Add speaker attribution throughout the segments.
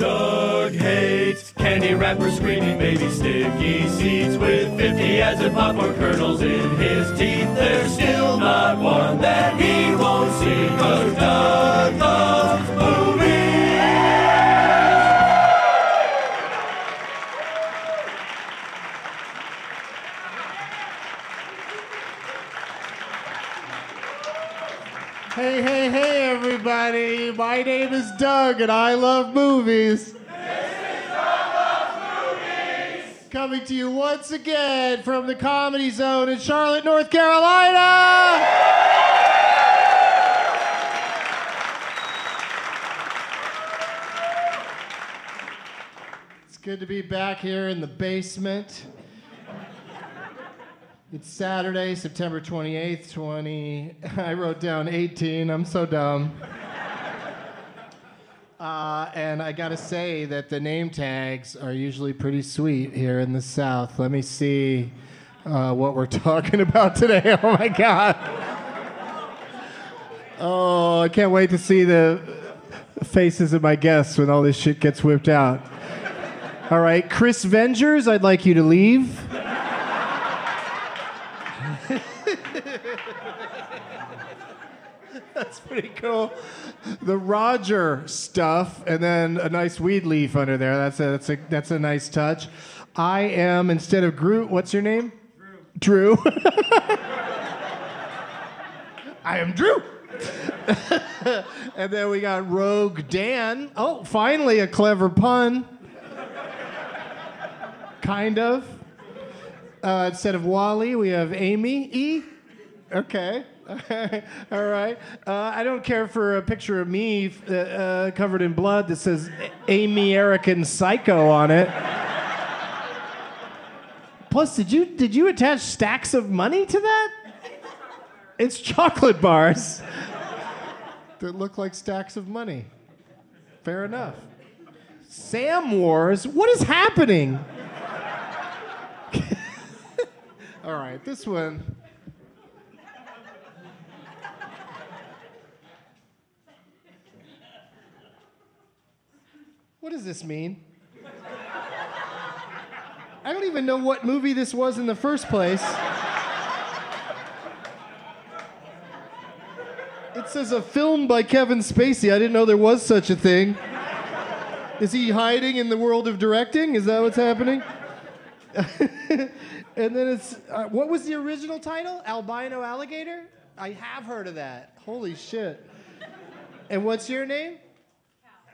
Speaker 1: Doug hates candy wrappers, screaming baby sticky seeds with 50 as in popcorn kernels in his teeth. There's still not one that he won't see, cause Doug loves movies.
Speaker 2: Hey, hey, hey, everybody. My name is Doug, and I love movies. Coming to you once again from the Comedy Zone in Charlotte, North Carolina. It's good to be back here in the basement. It's Saturday, September 28th, 20. I wrote down 18. I'm so dumb. Uh, and I gotta say that the name tags are usually pretty sweet here in the South. Let me see uh, what we're talking about today. Oh my God. Oh, I can't wait to see the faces of my guests when all this shit gets whipped out. All right, Chris Vengers, I'd like you to leave. That's pretty cool. The Roger stuff, and then a nice weed leaf under there. That's a that's a that's a nice touch. I am instead of Groot. What's your name? Drew. Drew. I am Drew. and then we got Rogue Dan. Oh, finally a clever pun. kind of. Uh, instead of Wally, we have Amy E. Okay. All right. Uh, I don't care for a picture of me f- uh, uh, covered in blood that says Amy Erican Psycho on it. Plus, did you did you attach stacks of money to that? It's chocolate bars that look like stacks of money. Fair enough. Sam Wars. What is happening? All right, this one. What does this mean? I don't even know what movie this was in the first place. It says a film by Kevin Spacey. I didn't know there was such a thing. Is he hiding in the world of directing? Is that what's happening? and then it's uh, what was the original title? Albino alligator. I have heard of that. Holy shit! And what's your name?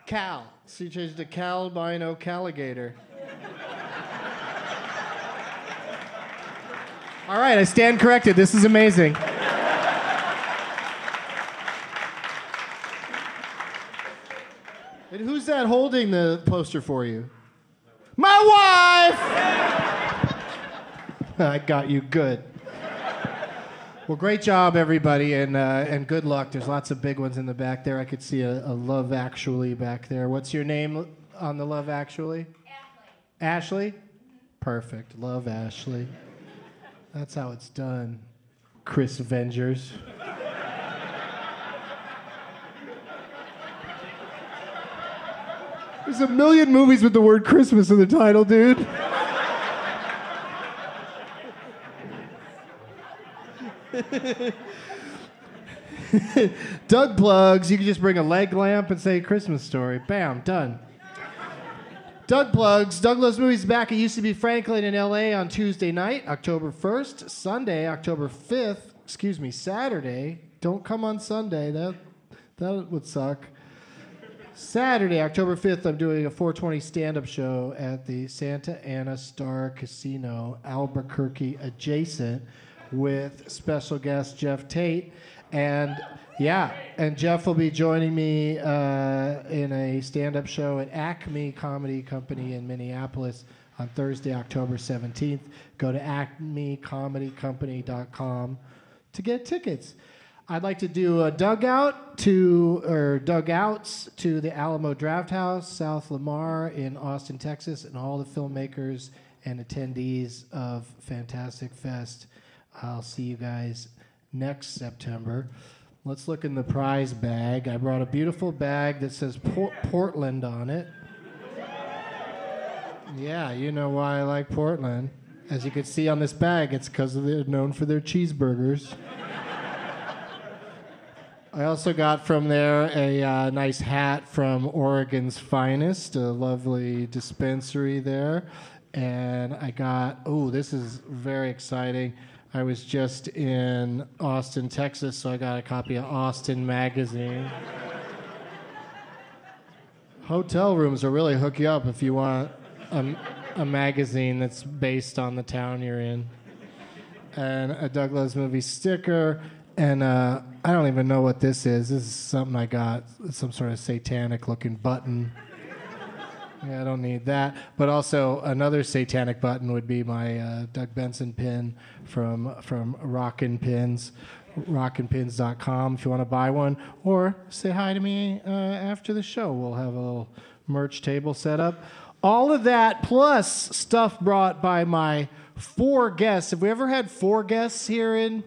Speaker 2: Cal. So you changed to Cal Albino Caligator. All right, I stand corrected. This is amazing. And who's that holding the poster for you? My wife! I got you good. Well, great job, everybody, and uh, and good luck. There's lots of big ones in the back there. I could see a, a Love Actually back there. What's your name on the Love Actually? Ashley. Ashley. Perfect. Love Ashley. That's how it's done. Chris Avengers. There's a million movies with the word Christmas in the title, dude. Doug plugs. You can just bring a leg lamp and say Christmas story. Bam, done. Doug plugs. Doug loves movies back. It used to be Franklin in L.A. on Tuesday night, October 1st. Sunday, October 5th. Excuse me, Saturday. Don't come on Sunday. That that would suck. Saturday, October 5th, I'm doing a 420 stand up show at the Santa Ana Star Casino, Albuquerque adjacent, with special guest Jeff Tate. And yeah, and Jeff will be joining me uh, in a stand up show at Acme Comedy Company in Minneapolis on Thursday, October 17th. Go to acmecomedycompany.com to get tickets. I'd like to do a dugout to or dugouts to the Alamo Draft House, South Lamar in Austin, Texas, and all the filmmakers and attendees of Fantastic Fest. I'll see you guys next September. Let's look in the prize bag. I brought a beautiful bag that says Por- Portland on it. Yeah, you know why I like Portland. As you can see on this bag, it's because they're known for their cheeseburgers. I also got from there a uh, nice hat from Oregon's Finest, a lovely dispensary there. And I got, oh, this is very exciting. I was just in Austin, Texas, so I got a copy of Austin Magazine. Hotel rooms will really hook you up if you want a, a magazine that's based on the town you're in, and a Douglas movie sticker, and uh, I don't even know what this is. This is something I got, some sort of satanic looking button. Yeah, I don't need that. But also another satanic button would be my uh, Doug Benson pin from from Rockin' Pins, rockinpins.com if you want to buy one, or say hi to me uh, after the show. We'll have a little merch table set up. All of that plus stuff brought by my four guests. Have we ever had four guests here in?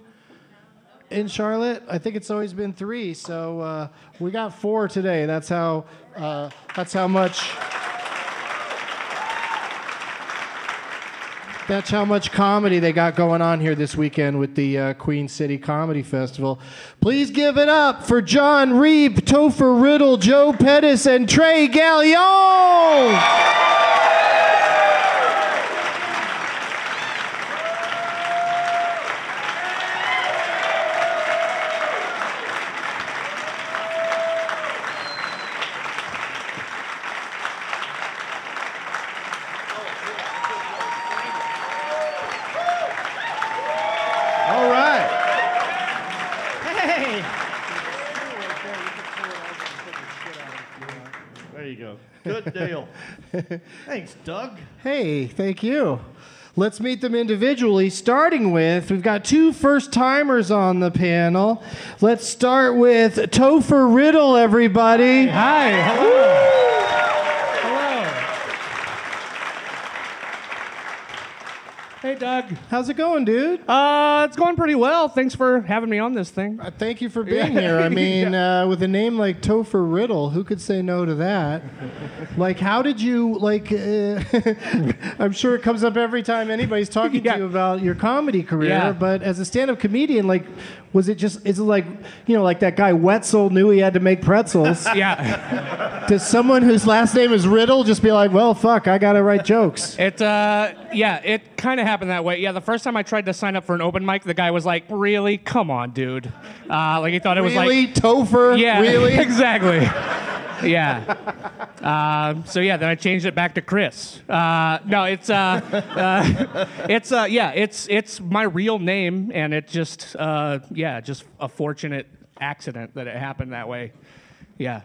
Speaker 2: in Charlotte. I think it's always been three, so uh, we got four today. That's how. Uh, that's how much. That's how much comedy they got going on here this weekend with the uh, Queen City Comedy Festival. Please give it up for John Reeb, Topher Riddle, Joe Pettis, and Trey Gallion. All right.
Speaker 3: Hey! There you go. Good deal. Thanks, Doug.
Speaker 2: Hey, thank you. Let's meet them individually, starting with we've got two first timers on the panel. Let's start with Topher Riddle, everybody.
Speaker 3: Hi, hello. Hello.
Speaker 4: Hey, Doug.
Speaker 2: How's it going, dude?
Speaker 4: Uh, it's going pretty well. Thanks for having me on this thing.
Speaker 2: Uh, Thank you for being here. I mean, uh, with a name like Topher Riddle, who could say no to that? like, how did you, like, uh, I'm sure it comes up every time anybody's talking
Speaker 4: Yeah.
Speaker 2: to you about your comedy career,
Speaker 4: Yeah.
Speaker 2: but as a stand up comedian, like, was it just, is it like, you know, like that guy Wetzel knew he had to make pretzels?
Speaker 4: Yeah,
Speaker 2: Does someone whose last name is Riddle just be like, well, fuck, I gotta write jokes?
Speaker 4: it uh, yeah, it kind of happened that way. Yeah, the first time I tried to sign up for an open mic, the guy was like, "Really? Come on, dude!" Uh, like he thought it was
Speaker 2: really?
Speaker 4: like,
Speaker 2: Topher?
Speaker 4: "Yeah,
Speaker 2: Really?
Speaker 4: exactly." Yeah. Um, so yeah, then I changed it back to Chris. Uh, no, it's uh, uh, it's uh, yeah, it's it's my real name, and it just uh, yeah, just a fortunate accident that it happened that way. Yeah.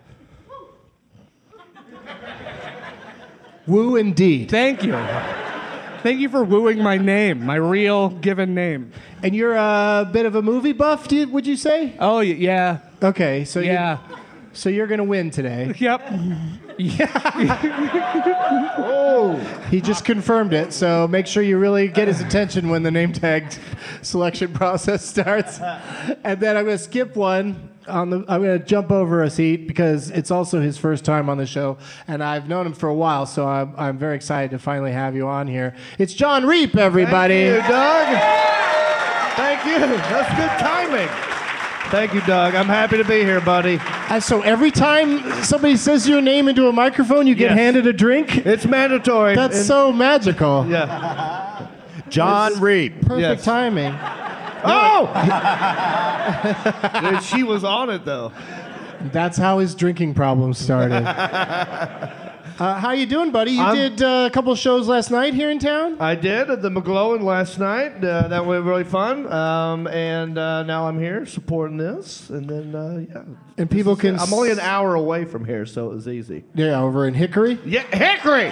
Speaker 2: Woo indeed.
Speaker 4: Thank you. Thank you for wooing my name, my real given name.
Speaker 2: And you're a bit of a movie buff, do you- would you say?
Speaker 4: Oh y- yeah,
Speaker 2: Okay, so you,
Speaker 4: yeah,
Speaker 2: So you're gonna win today.
Speaker 4: yep. Yeah,
Speaker 2: He just confirmed it. So make sure you really get his attention when the name tag selection process starts. And then I'm gonna skip one. On the, I'm gonna jump over a seat because it's also his first time on the show, and I've known him for a while, so I'm, I'm very excited to finally have you on here. It's John Reap, everybody.
Speaker 3: Thank you, Doug. Thank you. That's good timing. Thank you, Doug. I'm happy to be here, buddy.
Speaker 2: Uh, So every time somebody says your name into a microphone, you get
Speaker 3: Yes.
Speaker 2: handed a drink.
Speaker 3: It's mandatory.
Speaker 2: That's
Speaker 3: And-
Speaker 2: so magical.
Speaker 3: Yeah.
Speaker 5: John Reap.
Speaker 2: Perfect
Speaker 3: Yes.
Speaker 2: timing.
Speaker 3: Oh! Dude, she was on it, though.
Speaker 2: That's how his drinking problem started. uh, how you doing, buddy? You
Speaker 3: I'm- Uh,
Speaker 2: did uh, a couple shows last night here in town.
Speaker 3: I did at the McGlowan last night. Uh, that was really fun. Um, and uh, now I'm here supporting this. And then, uh, yeah.
Speaker 2: And people can.
Speaker 3: uh, I'm only an hour away from here, so it was easy.
Speaker 2: Yeah, over in Hickory.
Speaker 3: Yeah, Hickory!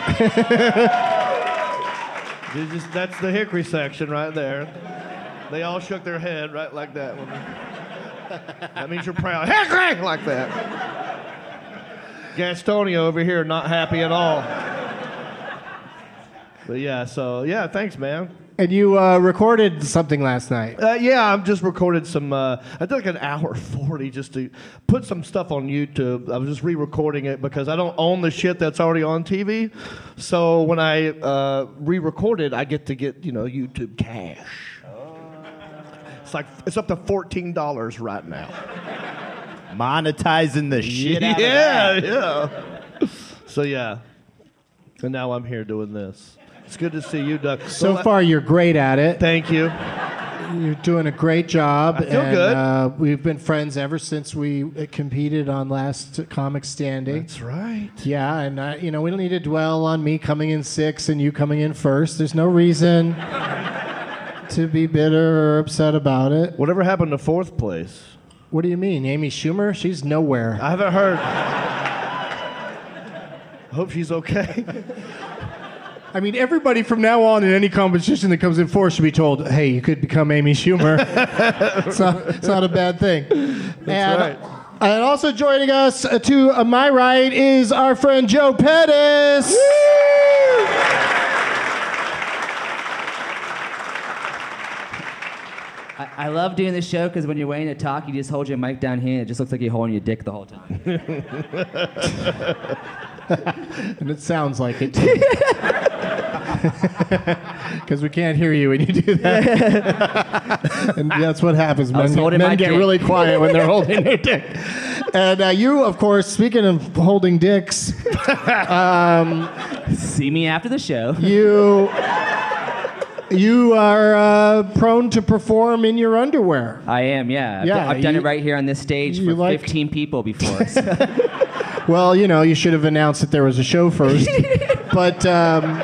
Speaker 3: You just- that's the Hickory section right there. They all shook their head right like that. When that means you're proud. Hickory! Like that. Gastonia over here, not happy at all. But yeah, so yeah, thanks, man.
Speaker 2: And you uh, recorded something last night.
Speaker 3: Uh, yeah, I've just recorded some. Uh, I did like an hour forty just to put some stuff on YouTube. I was just re-recording it because I don't own the shit that's already on TV. So when I uh, re-record it, I get to get you know YouTube cash.
Speaker 5: Oh.
Speaker 3: It's like it's up to fourteen dollars right now.
Speaker 5: Monetizing the shit out of that.
Speaker 3: yeah, yeah. So yeah, and now I'm here doing this. It's good to see you, Doug.
Speaker 2: So far, you're great at it.
Speaker 3: thank you.
Speaker 2: You're doing a great job.
Speaker 3: I feel
Speaker 2: and,
Speaker 3: good.
Speaker 2: Uh, we've been friends ever since we uh, competed on last Comic Standing.
Speaker 3: That's right.
Speaker 2: Yeah, and I, you know we don't need to dwell on me coming in sixth and you coming in first. There's no reason to be bitter or upset about it.
Speaker 3: Whatever happened to fourth place?
Speaker 2: What do you mean, Amy Schumer? She's nowhere.
Speaker 3: I haven't heard. I hope she's okay.
Speaker 2: I mean, everybody from now on in any competition that comes in fourth should be told, "Hey, you could become Amy Schumer." it's, not, it's not a bad thing. and,
Speaker 3: right.
Speaker 2: And also joining us uh, to uh, my right is our friend Joe Pettis.
Speaker 6: I, I love doing this show because when you're waiting to talk, you just hold your mic down here and it just looks like you're holding your dick the whole time.
Speaker 2: And it sounds like it. Because we can't hear you when you do that. and that's what happens. Men,
Speaker 6: was holding
Speaker 2: men
Speaker 6: my
Speaker 2: get
Speaker 6: dick.
Speaker 2: really quiet when they're holding their dick. And uh, you, of course, speaking of holding dicks,
Speaker 6: See me after the show.
Speaker 2: you. You are uh, prone to perform in your underwear.
Speaker 6: I am, yeah. I've
Speaker 2: Yeah,
Speaker 6: done- I've done
Speaker 2: you-
Speaker 6: it right here on this stage
Speaker 2: you
Speaker 6: for
Speaker 2: like-
Speaker 6: 15 people before. so-
Speaker 2: Well, you know, you should have announced that there was a show first. but um,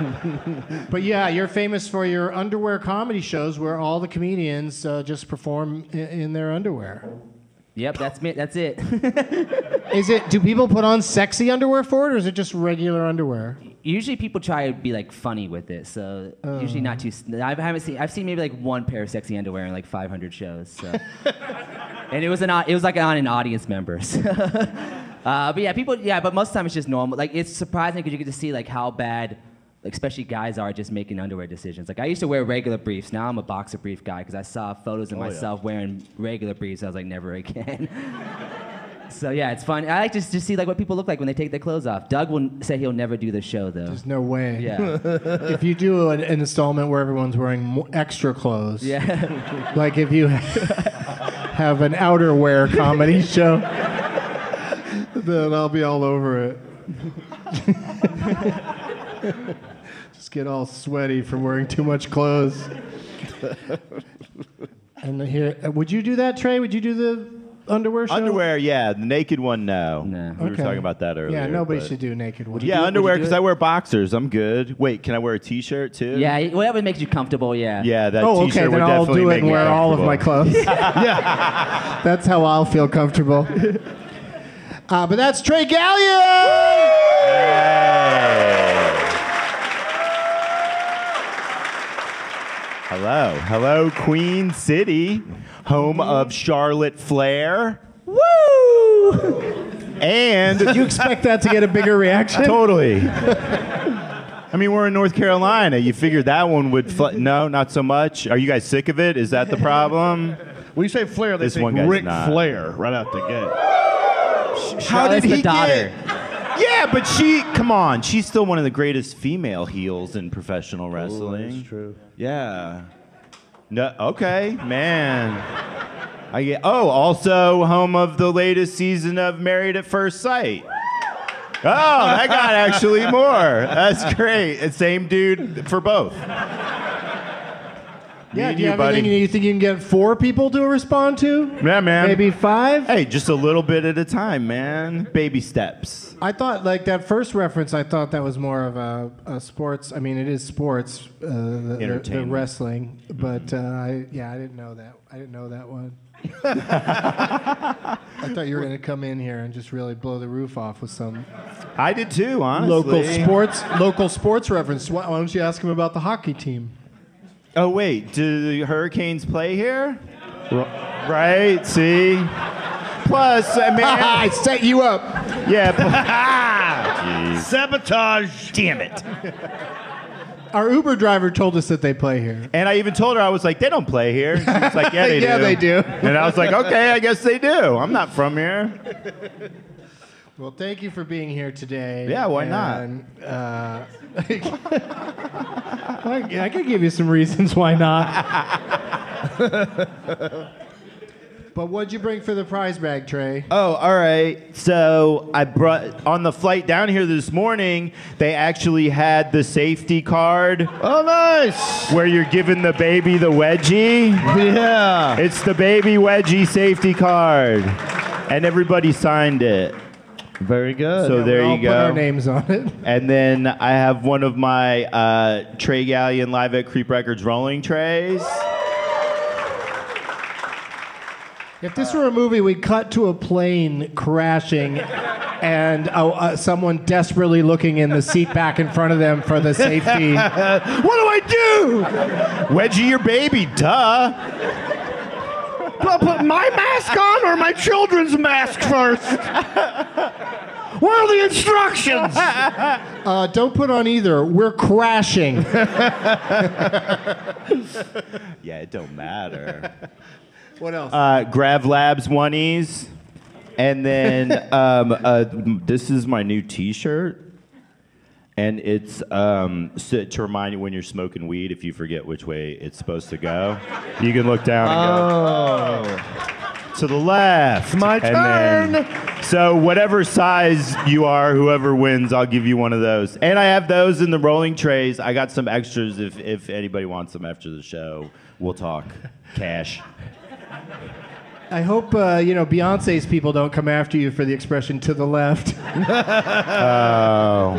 Speaker 2: but yeah, you're famous for your underwear comedy shows where all the comedians uh, just perform in, in their underwear.
Speaker 6: yep, that's me. That's it.
Speaker 2: Is it? Do people put on sexy underwear for it, or is it just regular underwear?
Speaker 6: usually people try to be like funny with it, so
Speaker 2: Oh.
Speaker 6: usually not too. s- I haven't seen. I've seen maybe like one pair of sexy underwear in like 500 shows. So. and it was an. au- It was like on an audience member. so. uh, but yeah, people. Yeah, but most of the time it's just normal. Like it's surprising because you get to see like how bad. Like especially guys are just making underwear decisions. Like I used to wear regular briefs. Now I'm a boxer brief guy because I saw photos of myself wearing regular briefs. I was like, never again. so yeah, it's fun. I like just to see like what people look like when they take their clothes off. Doug will say he'll never do the show though.
Speaker 2: There's no way.
Speaker 6: Yeah.
Speaker 2: If you do an, an installment where everyone's wearing mo- extra clothes,
Speaker 6: Yeah.
Speaker 2: like if you have an outerwear comedy show, then I'll be all over it. Just get all sweaty from wearing too much clothes. And here, uh, would you do that, Trey? Would you do the underwear show?
Speaker 5: Underwear, yeah. The naked one, no.
Speaker 6: No.
Speaker 5: We were
Speaker 2: Okay.
Speaker 5: talking about that earlier.
Speaker 2: Yeah, nobody
Speaker 5: but-
Speaker 2: should do naked. Would
Speaker 5: Yeah,
Speaker 6: do- would
Speaker 5: underwear
Speaker 6: you do
Speaker 5: because
Speaker 6: it?
Speaker 5: I wear boxers. I'm good. Wait, can I wear a t-shirt too?
Speaker 6: Yeah, whatever makes you comfortable, yeah.
Speaker 5: Yeah, that
Speaker 2: Oh,
Speaker 5: t-shirt
Speaker 2: okay.
Speaker 5: would
Speaker 2: Then I'll
Speaker 5: definitely
Speaker 2: do it
Speaker 5: make
Speaker 2: and
Speaker 5: me
Speaker 2: wear all of
Speaker 5: comfortable.
Speaker 2: my clothes. yeah, that's how I'll feel comfortable. Uh, but that's Trey Gallion.
Speaker 5: Hey. Hello, hello, Queen City, home of Charlotte Flair. Woo! And
Speaker 2: You expect that to get a bigger reaction?
Speaker 5: totally. I mean, we're in North Carolina. You figured that one would. Fl- no, not so much. Are you guys sick of it? Is that the problem?
Speaker 3: When you say Flair, they
Speaker 5: This
Speaker 3: think
Speaker 5: one guy's
Speaker 3: Ric
Speaker 5: not.
Speaker 3: Flair right out the gate.
Speaker 5: How
Speaker 6: Charlotte's Oh, the daughter.
Speaker 5: Get, yeah, but she. Come on, she's still one of the greatest female heels in professional wrestling.
Speaker 3: true.
Speaker 5: Yeah. No. Okay, man. I get. Oh, also home of the latest season of Married at First Sight. Oh, that got actually more. That's great. And Same dude for both. Me
Speaker 2: Yeah,
Speaker 5: and
Speaker 2: do you
Speaker 5: you,
Speaker 2: have
Speaker 5: buddy.
Speaker 2: anything you think you can get four people to respond to?
Speaker 5: Yeah, man.
Speaker 2: Maybe five?
Speaker 5: Hey, just a little bit at a time, man. Baby steps.
Speaker 2: I thought, like, that first reference, I thought that was more of a, a sports. I mean, it is sports, uh, the- the, the
Speaker 5: Entertainment.
Speaker 2: wrestling. But, uh, I, yeah, I didn't know that. I didn't know that one. I thought you were going to come in here and just really blow the roof off with some
Speaker 5: I did too, honestly.
Speaker 2: local sports local sports reference. Why, why don't you ask him about the hockey team?
Speaker 5: Oh wait, do the Hurricanes play here? Right. See. Plus, I mean,
Speaker 2: I set you up.
Speaker 5: yeah. pl-
Speaker 3: Sabotage. Damn it.
Speaker 2: Our Uber driver told us that they play here.
Speaker 5: And I even told her I was like, they don't play here. She was like, yeah, they
Speaker 2: Yeah,
Speaker 5: do.
Speaker 2: they do.
Speaker 5: And I was like, okay, I guess they do. I'm not from here.
Speaker 2: Well, thank you for being here today.
Speaker 5: Yeah, why not?
Speaker 2: not? Uh, I, I could give you some reasons why not. but what'd you bring for the prize bag, Trey?
Speaker 5: Oh, all right. So I brought on the flight down here this morning. They actually had the safety card
Speaker 3: Oh, nice.
Speaker 5: where you're giving the baby the wedgie.
Speaker 3: Yeah.
Speaker 5: It's the baby wedgie safety card, and everybody signed it.
Speaker 3: Very good.
Speaker 5: So there
Speaker 2: I'll
Speaker 5: you go.
Speaker 2: Put our names on it.
Speaker 5: And then I have one of my uh, Trey Gallion Live at Creep Records rolling trays.
Speaker 2: If this were a movie, we'd cut to a plane crashing and uh, uh, someone desperately looking in the seat back in front of them for the safety.
Speaker 5: What do I do? Wedgie your baby, duh.
Speaker 3: Put, put my mask on or my children's mask first? Where are the instructions?
Speaker 2: Uh, don't put on either. We're crashing.
Speaker 5: Yeah, it don't matter.
Speaker 2: What else?
Speaker 5: Uh, Grav Labs oneies. And then um, uh, this is my new t shirt. And it's um, so to remind you when you're smoking weed, if you forget which way it's supposed to go, you can look down and go.
Speaker 3: Oh.
Speaker 5: to the left.
Speaker 3: my
Speaker 5: And then- so whatever size you are, whoever wins, I'll give you one of those. And I have those in the rolling trays. I got some extras if if anybody wants them after the show. We'll talk. Cash.
Speaker 2: I hope uh, you know Beyonce's people don't come after you for the expression "to the left."
Speaker 5: Oh.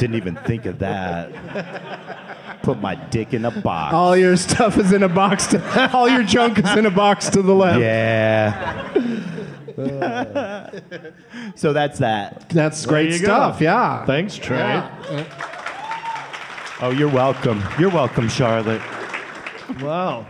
Speaker 5: Didn't even think of that. Put my dick in a box.
Speaker 3: Oh,
Speaker 2: All your stuff is in a box. To, all your junk is in a box to the left.
Speaker 5: yeah. so that's that.
Speaker 2: That's great
Speaker 3: you go.
Speaker 2: stuff. Yeah.
Speaker 3: Thanks, Trey.
Speaker 5: Oh, you're welcome. You're welcome, Charlotte.
Speaker 3: Wow.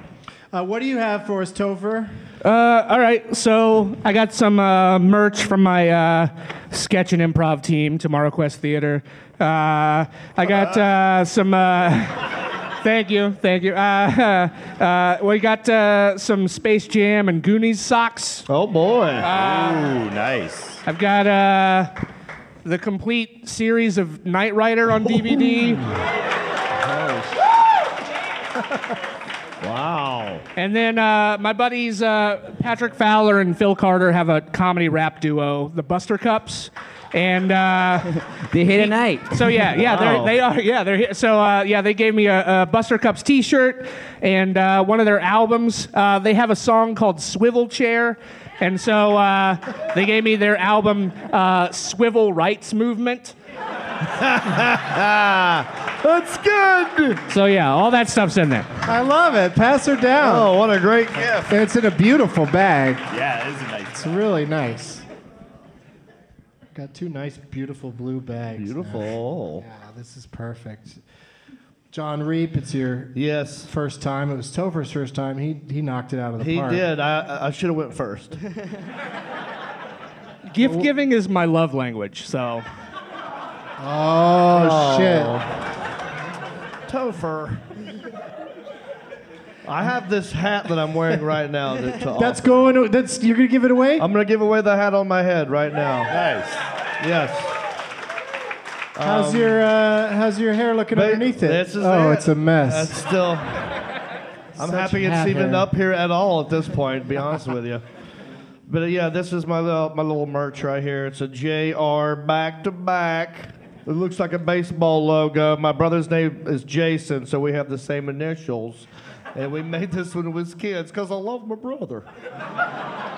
Speaker 2: Uh, what do you have for us, Topher?
Speaker 4: Uh, all right, so I got some uh, merch from my uh, sketch and improv team, Tomorrow Quest Theater. Uh, I got
Speaker 2: Uh-huh.
Speaker 4: uh, some. Uh, thank you, thank you. Uh, uh, we got uh, some Space Jam and Goonies socks.
Speaker 3: Oh, boy. Ah.
Speaker 5: Ooh, nice.
Speaker 4: I've got uh, the complete series of Knight Rider on DVD,
Speaker 3: wow.
Speaker 4: and then uh, my buddies uh, Patrick Fowler and Phil Carter have a comedy rap duo, the Buster Cups, and. Uh,
Speaker 6: They hit a night.
Speaker 4: So yeah, yeah,
Speaker 3: Wow.
Speaker 4: they're, they are. Yeah, they're here. So uh, yeah, they gave me a, a Buster Cups T-shirt and uh, one of their albums. Uh, they have a song called Swivel Chair, and so uh, they gave me their album uh, Swivel Rights Movement.
Speaker 3: That's good.
Speaker 4: So yeah, all that stuff's in there.
Speaker 2: I love it. Pass her down.
Speaker 3: Oh, what a great gift.
Speaker 2: And it's in a beautiful bag.
Speaker 5: Yeah, it is a nice.
Speaker 2: It's really nice. Got two nice, beautiful blue bags. now.
Speaker 3: Beautiful.
Speaker 2: Yeah, this is perfect. John Reap, it's your
Speaker 3: Yes.
Speaker 2: first time. It was Topher's first time. He he knocked it out of the
Speaker 3: He
Speaker 2: park.
Speaker 3: did. I, I should have went first.
Speaker 4: Gift giving is my love language. So
Speaker 2: Oh, shit!
Speaker 3: Topher. I have this hat that I'm wearing right now. That to
Speaker 2: That's going. to- That's you're gonna give it away.
Speaker 3: I'm gonna give away the hat on my head right now.
Speaker 5: Nice.
Speaker 3: Yes.
Speaker 2: how's your uh, How's your hair looking
Speaker 3: Ba-
Speaker 2: underneath it?
Speaker 3: this is
Speaker 2: oh,
Speaker 3: it.
Speaker 2: it's a mess.
Speaker 3: That's still. I'm happy
Speaker 2: hat
Speaker 3: it's even
Speaker 2: hair.
Speaker 3: up here at all at this point. to Be honest with you. But uh, yeah, this is my little, my little merch right here. It's a JR back to back. It looks like a baseball logo. My brother's name is Jason, so we have the same initials. And we made this when we was kids because I love my brother.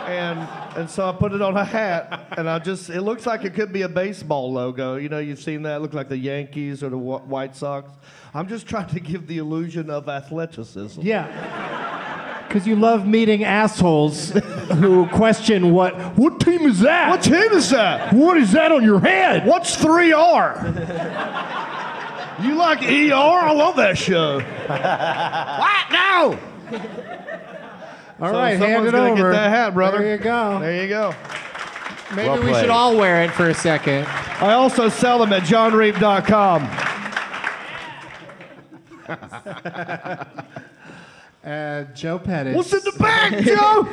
Speaker 3: And and so I put it on a hat, and I just it looks like it could be a baseball logo. You know, you've seen that look like the Yankees or the Wh- White Sox. I'm just trying to give the illusion of athleticism.
Speaker 2: yeah. Because you love meeting assholes who question what what team is that?
Speaker 3: What team is that?
Speaker 2: what is that on your head?
Speaker 3: What's 3R? you like ER? I love that show. what? No!
Speaker 2: All
Speaker 3: So
Speaker 2: right, hand
Speaker 3: someone's
Speaker 2: it
Speaker 3: gonna
Speaker 2: over.
Speaker 3: get that hat, brother.
Speaker 2: There you go.
Speaker 3: There you go.
Speaker 2: Maybe
Speaker 5: Well
Speaker 2: we should
Speaker 5: played.
Speaker 2: all wear it for a second.
Speaker 3: I also sell them at johnreap.com.
Speaker 2: Uh, Joe Pettis.
Speaker 3: What's in the bag, Joe?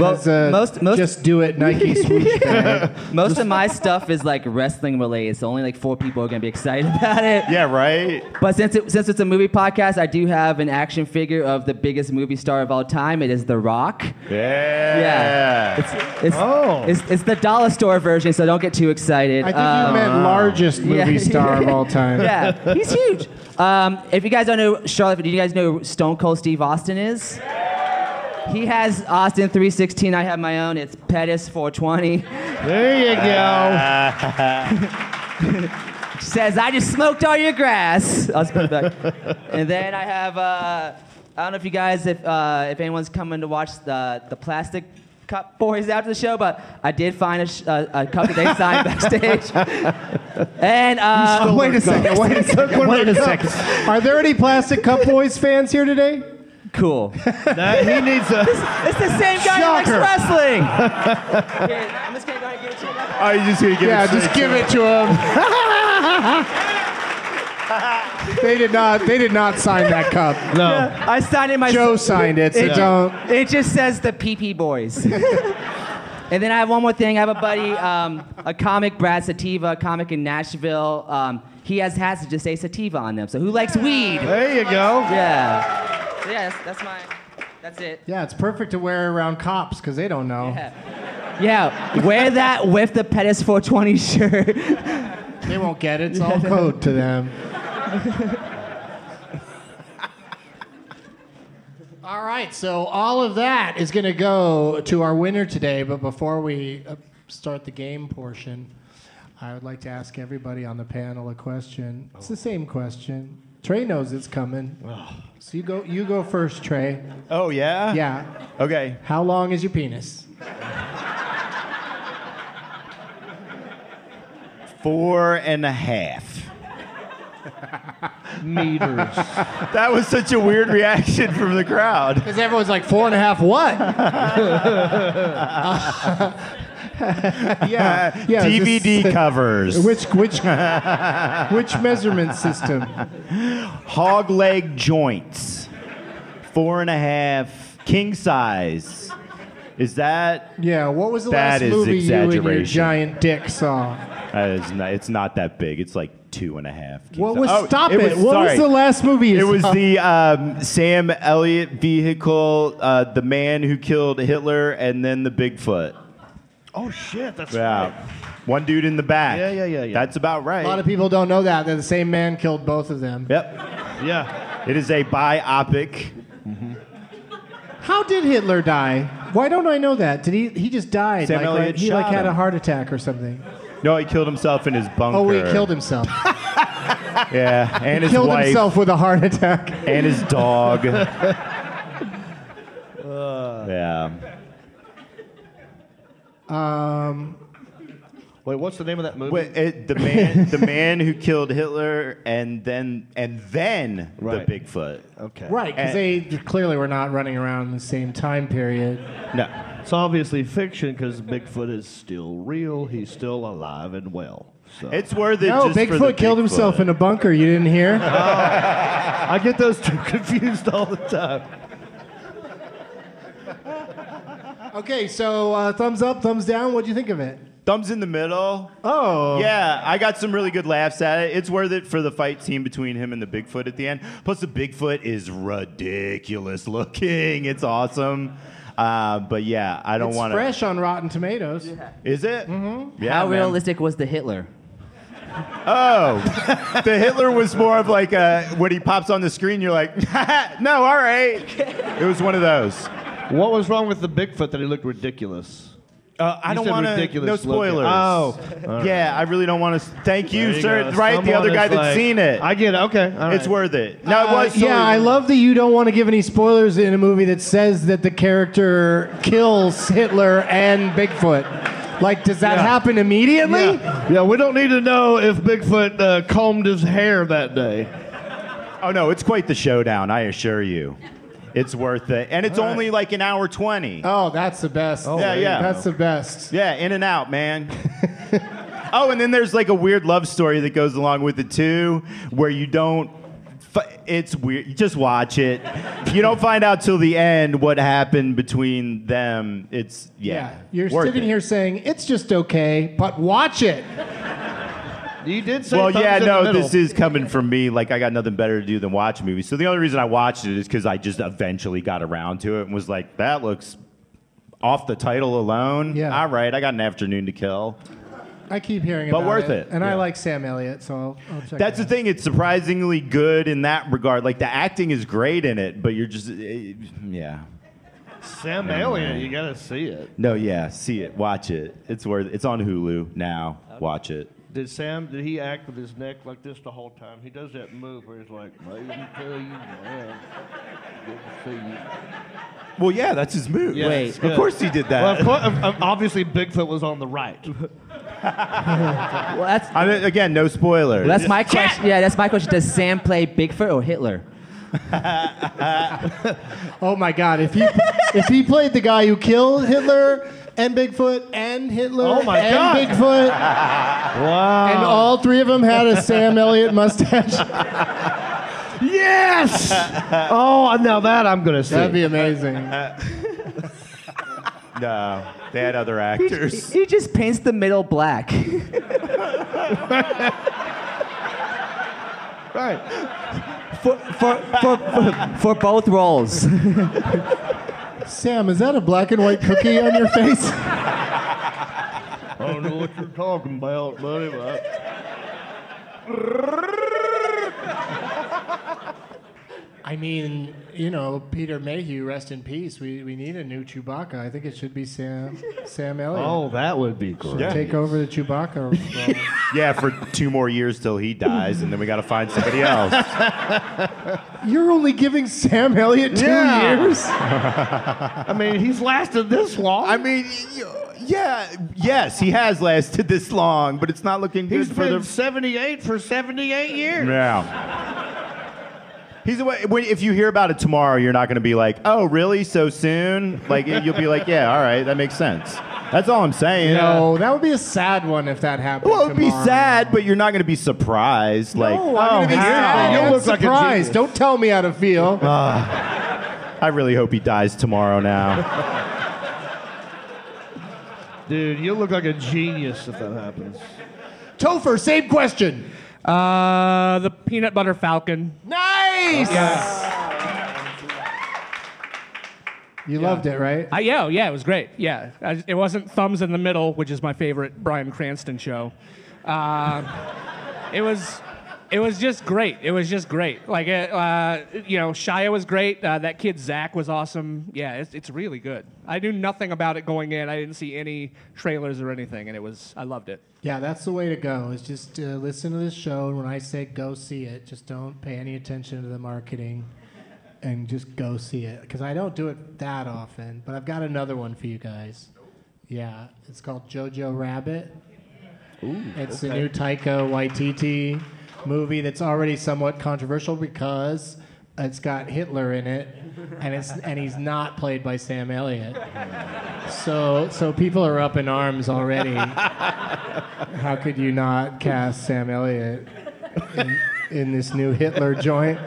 Speaker 6: Well,
Speaker 2: It's a
Speaker 6: most most
Speaker 2: just do it Nike swoosh bag.
Speaker 6: most of my stuff is like wrestling related, so only like four people are gonna be excited about it.
Speaker 5: Yeah, right?
Speaker 6: But since it, since it's a movie podcast, I do have an action figure of the biggest movie star of all time. It is The Rock.
Speaker 5: Yeah.
Speaker 6: It's it's,
Speaker 3: Oh.
Speaker 6: it's, it's the dollar store version, so don't get too excited.
Speaker 2: I think
Speaker 6: Um,
Speaker 2: you meant largest movie
Speaker 6: yeah.
Speaker 2: star of all time.
Speaker 6: yeah, he's huge. Um, if you guys don't know Charlotte, do you guys know who Stone Cold Steve Austin is? He has Austin 316. I have my own. It's Pettis 420.
Speaker 3: There you go.
Speaker 6: Says I just smoked all your grass. I'll just put it back. and then I have. Uh, I don't know if you guys, if uh, if anyone's coming to watch the the Plastic Cup Boys after the show, but I did find a, sh- uh, a cup that they signed backstage. and uh,
Speaker 2: Wait a second. Wait a second. Wait a second. Are there any Plastic Cup Boys fans here today?
Speaker 6: cool.
Speaker 3: That- he needs a.
Speaker 6: It's the same guy
Speaker 2: Shocker.
Speaker 6: who likes wrestling. Here, I'm just gonna go ahead and give it to you.
Speaker 5: Oh, you just gonna give
Speaker 2: Yeah,
Speaker 5: it
Speaker 2: just give it to them. they did not. They did not sign that cup.
Speaker 3: No.
Speaker 6: I signed it myself.
Speaker 2: Joe signed it, so don't.
Speaker 6: It just says the PP boys. and then I have one more thing. I have a buddy, um, a comic, Brad Sativa, a comic in Nashville. Um, he has hats that just say Sativa on them. So who likes weed? Yeah.
Speaker 3: There you go.
Speaker 6: So yeah, that's, that's my. That's it.
Speaker 2: Yeah, it's perfect to wear around cops because they don't know.
Speaker 6: Yeah, wear that with the Pettis 420 shirt.
Speaker 2: They won't get it. It's all code to them. all right, so all of that is going to go to our winner today. But before we uh, start the game portion, I would like to ask everybody on the panel a question. It's the same question. Trey knows it's coming, so you go. You go first, Trey.
Speaker 5: Oh, yeah?
Speaker 2: Yeah.
Speaker 5: Okay.
Speaker 2: How long is your penis?
Speaker 5: Four and a half.
Speaker 3: Meters.
Speaker 5: That was such a weird reaction from the crowd.
Speaker 2: Because everyone's like four and a half. What? yeah. Yeah. it's just-
Speaker 5: DVD covers.
Speaker 2: Which which which measurement system?
Speaker 5: Hog leg joints. Four and a half. King size. Is that?
Speaker 2: Yeah, what was the
Speaker 5: That
Speaker 2: last
Speaker 5: is
Speaker 2: movie you and your
Speaker 5: exaggeration.
Speaker 2: giant dick saw?
Speaker 5: that is not, Uh, it's not that big. It's like two and a half. king
Speaker 2: What
Speaker 5: size.
Speaker 2: was
Speaker 5: Oh,
Speaker 2: stop it?
Speaker 5: was-
Speaker 2: what
Speaker 5: sorry.
Speaker 2: was the last movie you
Speaker 5: It was
Speaker 2: saw?
Speaker 5: the um, Sam Elliott vehicle, uh, the man who killed Hitler, and then the Bigfoot.
Speaker 3: oh shit, that's
Speaker 5: Yeah,
Speaker 3: right.
Speaker 5: one dude in the back.
Speaker 3: Yeah, yeah, yeah, yeah.
Speaker 5: That's about right.
Speaker 2: a lot of people don't know that, that the same man killed both of them.
Speaker 5: yep,
Speaker 3: Yeah.
Speaker 5: it is a biopic.
Speaker 2: How did Hitler die? Why don't I know that? Did he he just died?
Speaker 5: Sam
Speaker 2: like, like-
Speaker 5: Elliott
Speaker 2: he like
Speaker 5: shot
Speaker 2: had a
Speaker 5: him.
Speaker 2: heart attack or something.
Speaker 5: No, he killed himself in his bunker.
Speaker 2: Oh, he killed himself.
Speaker 5: Yeah, and his
Speaker 2: killed
Speaker 5: wife,
Speaker 2: himself with a heart attack.
Speaker 5: and his dog. yeah.
Speaker 3: Wait, what's the name of that movie?
Speaker 5: Wait, it, the man, the man who killed Hitler, and then and then
Speaker 3: Right.
Speaker 5: the Bigfoot.
Speaker 3: Okay.
Speaker 2: Right,
Speaker 5: Eh.
Speaker 2: because they clearly were not running around in the same time period.
Speaker 5: No.
Speaker 3: It's obviously fiction because Bigfoot is still real. He's still alive and well. So
Speaker 5: It's worth it.
Speaker 2: No,
Speaker 5: just for the
Speaker 2: Bigfoot killed himself
Speaker 5: Bigfoot.
Speaker 2: in a bunker. You didn't hear?
Speaker 3: I get those two confused all the time.
Speaker 2: okay, so uh, thumbs up, thumbs down. What do you think of it?
Speaker 5: Thumbs in the middle.
Speaker 2: Oh,
Speaker 5: Yeah, I got some really good laughs at it. It's worth it for the fight scene between him and the Bigfoot at the end. Plus, the Bigfoot is ridiculous looking. It's awesome. Uh, but yeah, I don't
Speaker 2: it's
Speaker 5: want to.
Speaker 2: fresh on Rotten Tomatoes.
Speaker 5: Is it? Mm-hmm. Yeah.
Speaker 6: How
Speaker 5: man.
Speaker 6: realistic was the Hitler?
Speaker 5: Oh, the Hitler was more of like uh when he pops on the screen, you're like, no, all right. It was one of those.
Speaker 3: What was wrong with the Bigfoot that he looked ridiculous?
Speaker 5: Uh, I
Speaker 3: You
Speaker 5: don't
Speaker 3: said
Speaker 5: want to.
Speaker 3: ridiculous
Speaker 5: No
Speaker 3: looking.
Speaker 5: spoilers.
Speaker 3: Oh,
Speaker 5: yeah. I really don't want to. Thank you,
Speaker 3: There you
Speaker 5: sir.
Speaker 3: go.
Speaker 5: Right, the
Speaker 3: Someone
Speaker 5: other guy
Speaker 3: is
Speaker 5: that's
Speaker 3: like-
Speaker 5: seen it.
Speaker 3: I get it. Okay. all
Speaker 5: it's
Speaker 3: right.
Speaker 5: worth it. No, it
Speaker 2: Uh,
Speaker 5: was.
Speaker 2: yeah, I love that you don't want to give any spoilers in a movie that says that the character kills Hitler and Bigfoot. Like, does that
Speaker 3: Yeah.
Speaker 2: happen immediately?
Speaker 3: Yeah. yeah, we don't need to know if Bigfoot uh, combed his hair that day.
Speaker 5: Oh no, it's quite the showdown, I assure you. It's worth it. And it's only like an hour 20.
Speaker 2: Oh, that's the best.
Speaker 5: Yeah, there you yeah. go.
Speaker 2: That's the best.
Speaker 5: Yeah, in and out, man. oh, and then there's like a weird love story that goes along with it too, where you don't f- it's weird. You Just watch it. you don't find out till the end what happened between them. It's yeah.
Speaker 2: You're
Speaker 5: worth
Speaker 2: sitting
Speaker 5: it.
Speaker 2: here saying it's just okay, but watch it.
Speaker 3: You did say
Speaker 5: Well,
Speaker 3: thumbs
Speaker 5: yeah,
Speaker 3: in the
Speaker 5: no,
Speaker 3: middle.
Speaker 5: this is coming from me. Like, I got nothing better to do than watch movies. So the only reason I watched it is because I just eventually got around to it and was like, that looks off the title alone.
Speaker 2: Yeah.
Speaker 5: All right, I got an afternoon to kill.
Speaker 2: I keep hearing
Speaker 5: But
Speaker 2: about
Speaker 5: worth it,
Speaker 2: and I
Speaker 5: yeah.
Speaker 2: like Sam Elliott, so I'll, I'll check.
Speaker 5: That's
Speaker 2: it
Speaker 5: the
Speaker 2: out.
Speaker 5: thing. It's surprisingly good in that regard. Like, the acting is great in it, but you're just, it- yeah.
Speaker 3: Sam Elliott. You gotta see it.
Speaker 5: No, yeah, see it, watch it. It's worth It's on Hulu now. Watch it.
Speaker 3: Did Sam? Did he act with his neck like this the whole time? He does that move where he's like, "Let me tell you, man, good to see you."
Speaker 5: Well, yeah, that's his move.
Speaker 3: Yeah, Wait. it's
Speaker 5: of
Speaker 3: good.
Speaker 5: course he did that.
Speaker 3: Well, of course, obviously Bigfoot was on the right.
Speaker 6: Well, that's
Speaker 5: I mean, again, no spoilers.
Speaker 6: well, that's my question. Yeah, that's my question. Does Sam play Bigfoot or Hitler?
Speaker 2: Oh my God! If he if he played the guy who killed Hitler and Bigfoot and Hitler
Speaker 3: Oh my
Speaker 2: and
Speaker 3: God.
Speaker 2: Bigfoot,
Speaker 3: Wow.
Speaker 2: and all three of them had a Sam Elliott mustache,
Speaker 3: Yes. oh, now that I'm gonna see.
Speaker 2: that'd be amazing.
Speaker 5: no, they had other
Speaker 6: He,
Speaker 5: actors.
Speaker 6: he just paints the middle black.
Speaker 3: right.
Speaker 6: for, for, for, for, for both roles.
Speaker 2: Sam, is that a black and white cookie on your face?
Speaker 3: I don't know what you're talking about, buddy. But
Speaker 2: I mean, you know, Peter Mayhew, rest in peace. We we need a new Chewbacca. I think it should be Sam Sam Elliott.
Speaker 3: oh, that would be great.
Speaker 5: Yeah.
Speaker 2: Take over the Chewbacca. role.
Speaker 5: Yeah, for two more years till he dies, and then we got to find somebody else.
Speaker 2: You're only giving Sam Elliott two
Speaker 3: Yeah.
Speaker 2: years.
Speaker 3: I mean, he's lasted this long.
Speaker 5: I mean, y- yeah, yes, he has lasted this long, but it's not looking
Speaker 3: he's
Speaker 5: good for
Speaker 3: been
Speaker 5: the.
Speaker 3: 78 for 78 years.
Speaker 5: Yeah. He's away. When, if you hear about it tomorrow, you're not going to be like, "Oh, really? So soon?" Like you'll be like, "Yeah, all right, that makes sense." That's all I'm saying.
Speaker 2: No, that would be a sad one if that happened.
Speaker 5: Well, it'd be
Speaker 2: tomorrow.
Speaker 5: sad, but youll not going to be surprised. like,
Speaker 2: No, I'm gonna be
Speaker 5: "Oh,
Speaker 2: sad.
Speaker 5: how?"
Speaker 2: and
Speaker 3: You look like a
Speaker 2: surprised.
Speaker 3: genius.
Speaker 2: Don't tell me how to feel.
Speaker 5: Uh, I really hope he dies tomorrow. Now,
Speaker 3: Dude, you look like a genius if that happens.
Speaker 2: Topher, same question.
Speaker 4: Uh, the peanut butter falcon.
Speaker 2: Nice. You loved it, right?
Speaker 4: I, yeah, oh, yeah, it was great. Yeah, I, it wasn't Thumbs in the Middle, which is my favorite Brian Cranston show. Uh, it was, it was just great. It was just great. Like, it, uh, you know, Shia was great. Uh, that kid Zach was awesome. Yeah, it's, it's really good. I knew nothing about it going in. I didn't see any trailers or anything, and it was I loved it.
Speaker 2: Yeah, that's the way to go. Is just uh, listen to this show, and when I say go see it, just don't pay any attention to the marketing, and just go see it. Because I don't do it that often, but I've got another one for you guys. Yeah, it's called Jojo Rabbit. it's the new Taika Waititi movie that's already somewhat controversial because it's got Hitler in it, and it's and he's not played by Sam Elliott. So so people are up in arms already. How could you not cast Sam Elliott in, in this new Hitler joint?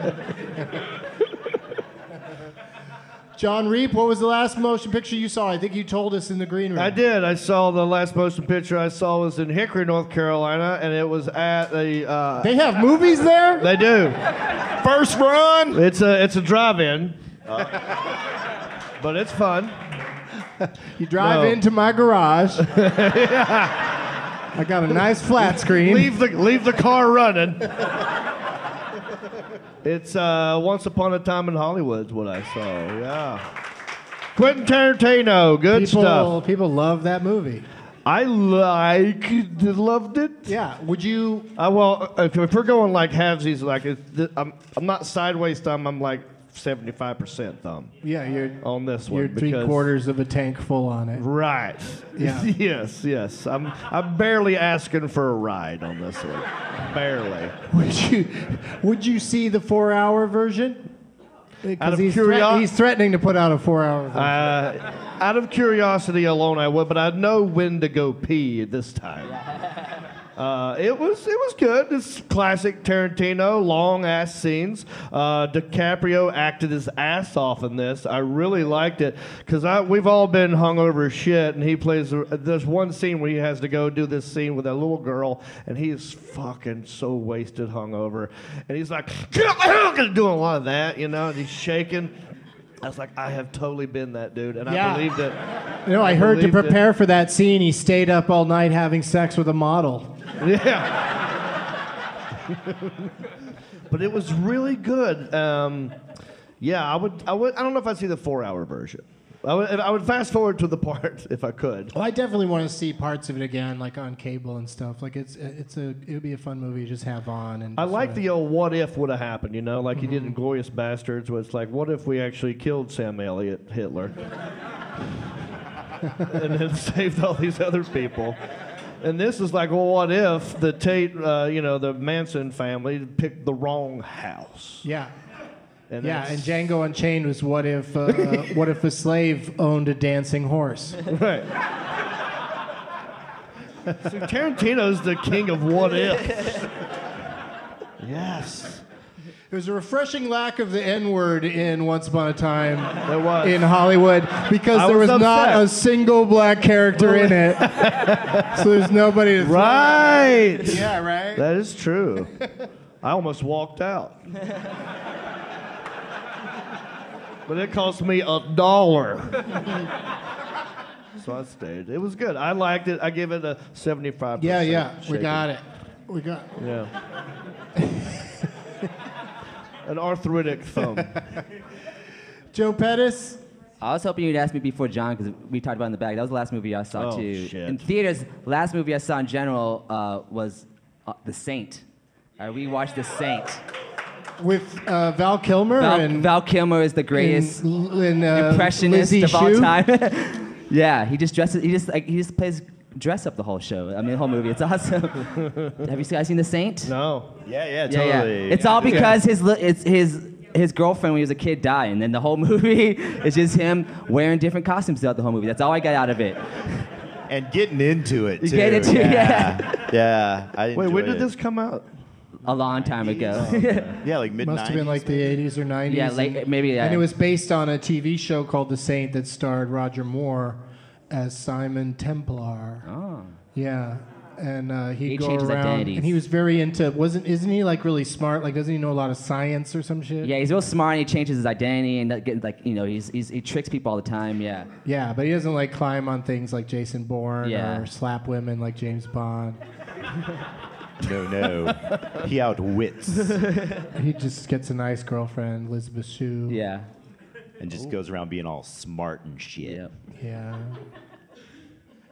Speaker 2: John Reap, what was the last motion picture you saw? I think you told us in the green room.
Speaker 3: I did. I saw the last motion picture I saw was in Hickory, North Carolina, and it was at the. Uh,
Speaker 2: They have movies there?
Speaker 3: they do.
Speaker 5: first run.
Speaker 3: It's a it's a drive-in, but it's fun.
Speaker 2: You drive
Speaker 3: No.
Speaker 2: into my garage. I got a nice flat screen.
Speaker 3: Leave the leave the car running. It's uh, Once Upon a Time in Hollywood is what I saw. Yeah. Quentin Tarantino, good
Speaker 2: people,
Speaker 3: stuff.
Speaker 2: people love that movie.
Speaker 3: I like loved it.
Speaker 2: Yeah. Would you
Speaker 3: I Uh, well, if, if we're going like halvesies, like it's th- I'm I'm not sideways thumb. I'm like 75% thumb
Speaker 2: Yeah, you're
Speaker 3: on this one.
Speaker 2: you're three
Speaker 3: because-
Speaker 2: quarters of a tank full on it.
Speaker 3: Right.
Speaker 2: Yeah.
Speaker 3: yes, yes. I'm I'm barely asking for a ride on this one. barely.
Speaker 2: Would you would you see the four hour version?
Speaker 3: Out
Speaker 2: Because
Speaker 3: of
Speaker 2: he's, threat-
Speaker 3: curio-
Speaker 2: he's threatening to put out a four hour version.
Speaker 3: Uh, out of curiosity alone, I would, but I know when to go pee this time. Uh, it was it was good. It's classic Tarantino, long ass scenes. Uh, DiCaprio acted his ass off in this. I really liked it because we've all been hungover as shit, and he plays. There's one scene where he has to go do this scene with a little girl, and he is fucking so wasted hungover, and he's like, "Get up the hell!" doing a lot of that, you know, and he's shaking. I was like, I have totally been that dude, and
Speaker 2: Yeah.
Speaker 3: I believed it.
Speaker 2: You know, I heard to
Speaker 3: believed it.
Speaker 2: prepare for that scene, he stayed up all night having sex with a model.
Speaker 3: Yeah. but it was really good. Um, yeah, I would, I would. I don't know if I'd see the four-hour version. I would, I would fast forward to the part if I could.
Speaker 2: Well, I definitely want to see parts of it again, like on cable and stuff. Like it's it's a it would be a fun movie to just have on. And
Speaker 3: I
Speaker 2: just
Speaker 3: like
Speaker 2: sort of-
Speaker 3: the old "What if" would have happened, you know, like he
Speaker 2: Mm-hmm.
Speaker 3: did in *Glorious Bastards*, where it's like, "What if we actually killed Sam Elliott, Hitler, and then saved all these other people?" And this is like, "Well, what if the Tate, uh, you know, the Manson family picked the wrong house?"
Speaker 2: yeah.
Speaker 3: And
Speaker 2: Yeah,
Speaker 3: that's-
Speaker 2: and Django Unchained was what if uh, what if a slave owned a dancing horse?
Speaker 3: Right. so Tarantino's the king of what if. yes.
Speaker 2: There's a refreshing lack of the N word in Once Upon a Time
Speaker 3: There was.
Speaker 2: in Hollywood because
Speaker 3: I
Speaker 2: there was,
Speaker 3: was
Speaker 2: not
Speaker 3: upset.
Speaker 2: a single black character in it. so there's nobody to.
Speaker 3: right.
Speaker 2: Yeah, right?
Speaker 3: That is true. I almost walked out. but it cost me a dollar. so I stayed. It was good. I liked it. I give it a 75%.
Speaker 2: yeah, yeah. We
Speaker 3: shaking.
Speaker 2: got it. We got
Speaker 3: Yeah. An arthritic thumb.
Speaker 2: Joe Pettis.
Speaker 6: I was hoping you'd ask me before John because we talked about it in the back. That was the last movie I saw
Speaker 3: Oh,
Speaker 6: too.
Speaker 3: shit.
Speaker 6: In theaters, last movie I saw in general uh, was uh, The Saint. Uh, we watched The Saint.
Speaker 2: with uh, Val Kilmer
Speaker 6: Val,
Speaker 2: and
Speaker 6: Val Kilmer is the greatest
Speaker 2: and, L- and, uh,
Speaker 6: impressionist
Speaker 2: Lizzie
Speaker 6: of all
Speaker 2: Shue.
Speaker 6: time. yeah, he just dresses. He just like he just plays dress up the whole show. I mean, the whole movie. It's awesome. Have you guys seen The Saint?
Speaker 3: No.
Speaker 5: Yeah, yeah,
Speaker 6: Yeah,
Speaker 5: totally.
Speaker 6: yeah. It's all because his li- it's his his girlfriend when he was a kid died, and then the whole movie is just him wearing different costumes throughout the whole movie. That's all I got out of it.
Speaker 5: and getting into it too.
Speaker 6: get into-
Speaker 5: yeah. yeah. I
Speaker 3: Wait, when
Speaker 5: enjoyed
Speaker 3: did this come out?
Speaker 6: A long time ago.
Speaker 5: it. Yeah, like mid.
Speaker 2: Must have been like the 80s or 90s.
Speaker 6: Yeah, late- eh,
Speaker 2: and-
Speaker 6: maybe, yeah.
Speaker 2: And it was based on a TV show called The Saint that starred Roger Moore as Simon Templar.
Speaker 6: oh.
Speaker 2: Yeah. And uh, he'd
Speaker 6: He
Speaker 2: go
Speaker 6: changed his
Speaker 2: around,
Speaker 6: identities.
Speaker 2: and he was very into. Wasn't isn't he like really smart? Like doesn't he know a lot of science or some shit?
Speaker 6: Yeah, he's real smart. and He changes his identity and that get- like you know he's, he's he tricks people all the time. Yeah.
Speaker 2: Yeah, but he doesn't like climb on things like Jason Bourne
Speaker 6: Yeah.
Speaker 2: or slap women like James Bond.
Speaker 5: No, no. he outwits
Speaker 2: He just gets a nice girlfriend, Elizabeth Shue.
Speaker 6: Yeah.
Speaker 5: and just goes around being all smart and shit.
Speaker 6: Yeah.
Speaker 2: Yeah.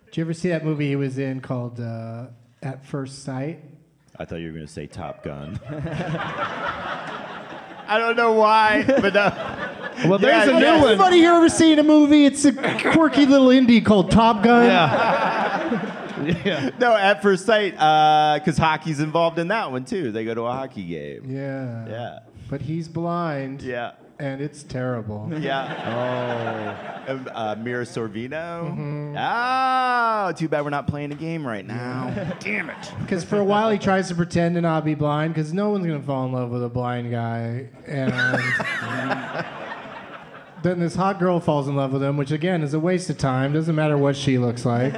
Speaker 2: Did you ever see that movie he was in called uh, At First Sight?
Speaker 5: I thought you were gonna say Top Gun. I don't know why, but uh,
Speaker 3: Well, there's
Speaker 5: Yeah,
Speaker 3: a new
Speaker 5: yeah.
Speaker 3: one.
Speaker 2: Anybody here ever seen a movie? It's a quirky little indie called Top Gun.
Speaker 3: Yeah. yeah.
Speaker 5: no, at first sight, because hockey's involved in that one too. They go to a hockey game.
Speaker 2: Yeah.
Speaker 5: Yeah,
Speaker 2: But he's blind.
Speaker 5: yeah,
Speaker 2: And it's terrible.
Speaker 5: yeah. oh, um, uh, Mira Sorvino.
Speaker 2: Mm-hmm.
Speaker 5: Oh, too bad we're not playing a game right now. Damn it.
Speaker 2: Because for a while he tries to pretend to not be blind because no one's going to fall in love with a blind guy. And then this hot girl falls in love with him, which again is a waste of time. Doesn't matter what she looks like.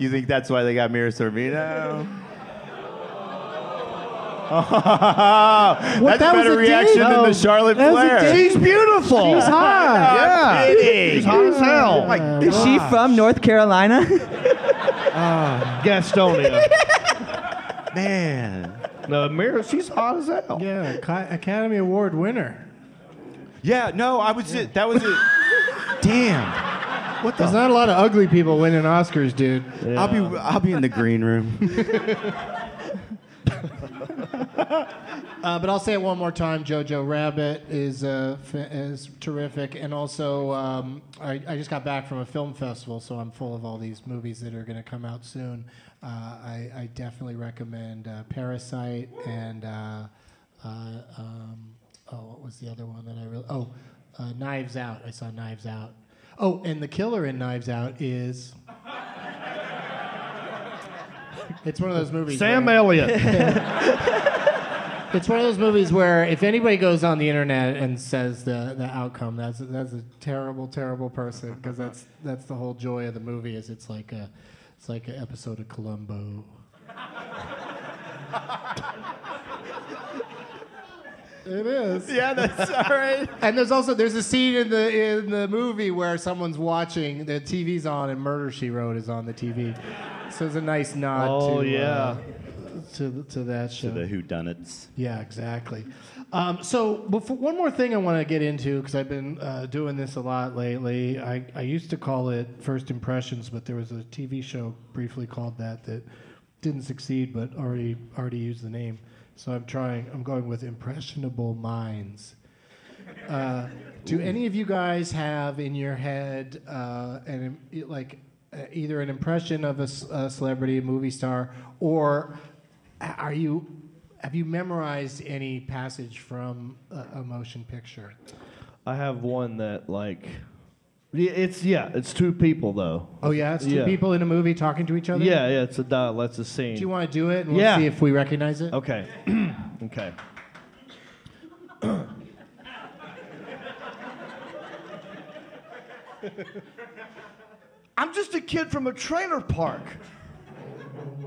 Speaker 5: You think that's why they got Mira Sorvino? Oh,
Speaker 2: What,
Speaker 5: That's
Speaker 2: that was
Speaker 5: better
Speaker 2: a
Speaker 5: reaction
Speaker 2: dig?
Speaker 5: than the Charlotte
Speaker 2: That was a
Speaker 5: Flair.
Speaker 2: dig.
Speaker 3: She's beautiful.
Speaker 2: She's hot.
Speaker 3: Yeah.
Speaker 5: Kidding.
Speaker 3: She's hot as hell. Like
Speaker 5: Like,
Speaker 6: Is she from North Carolina?
Speaker 3: Uh, Gastonia.
Speaker 5: man.
Speaker 3: no, Mira, she's hot as hell.
Speaker 2: Yeah, Ca- Academy Award winner.
Speaker 5: Yeah, no, I was just, that was it. Damn. What the?
Speaker 2: There's not a lot of ugly people winning Oscars, dude.
Speaker 5: I'll be I'll be in the green room.
Speaker 2: Uh, but I'll say it one more time. Jojo Rabbit is uh, f- is terrific, and also um, I, I just got back from a film festival, so I'm full of all these movies that are going to come out soon. Uh, I, I definitely recommend uh, Parasite and uh, uh, um, oh, what was the other one that I really oh, uh, Knives Out. I saw Knives Out. Oh, and the killer in Knives Out is. It's one of those movies.
Speaker 3: Sam
Speaker 2: where-
Speaker 3: Elliott.
Speaker 2: It's one of those movies where if anybody goes on the internet and says the, the outcome, that's that's a terrible, terrible person because that's that's the whole joy of the movie is it's like a it's like an episode of Columbo. it is.
Speaker 5: Yeah, that's all right.
Speaker 2: And there's also there's a scene in the in the movie where someone's watching the TV's on and Murder She Wrote is on the TV, so it's a nice nod.
Speaker 3: Oh,
Speaker 2: to,
Speaker 3: yeah.
Speaker 2: uh, to to that show.
Speaker 5: The whodunits.
Speaker 2: Yeah, exactly. Um, so, before, one more thing I want to get into because I've been uh, doing this a lot lately. I, I used to call it First Impressions, but there was a TV show briefly called that that didn't succeed, but already already used the name. So I'm trying. I'm going with impressionable minds. Do any of you guys have in your head uh, an im- like uh, either an impression of a, c- a celebrity, a movie star, or a- are you have you memorized any passage from a, a motion picture?
Speaker 3: I have one that like, yeah, it's yeah, it's two people though.
Speaker 2: Oh yeah, it's two
Speaker 3: Yeah.
Speaker 2: people in a movie talking to each other.
Speaker 3: Yeah, yeah, it's a dial. That's a scene.
Speaker 2: Do you want to do it and we'll
Speaker 3: Yeah.
Speaker 2: see if we recognize it?
Speaker 3: Okay. okay. I'm just a kid from a trailer park.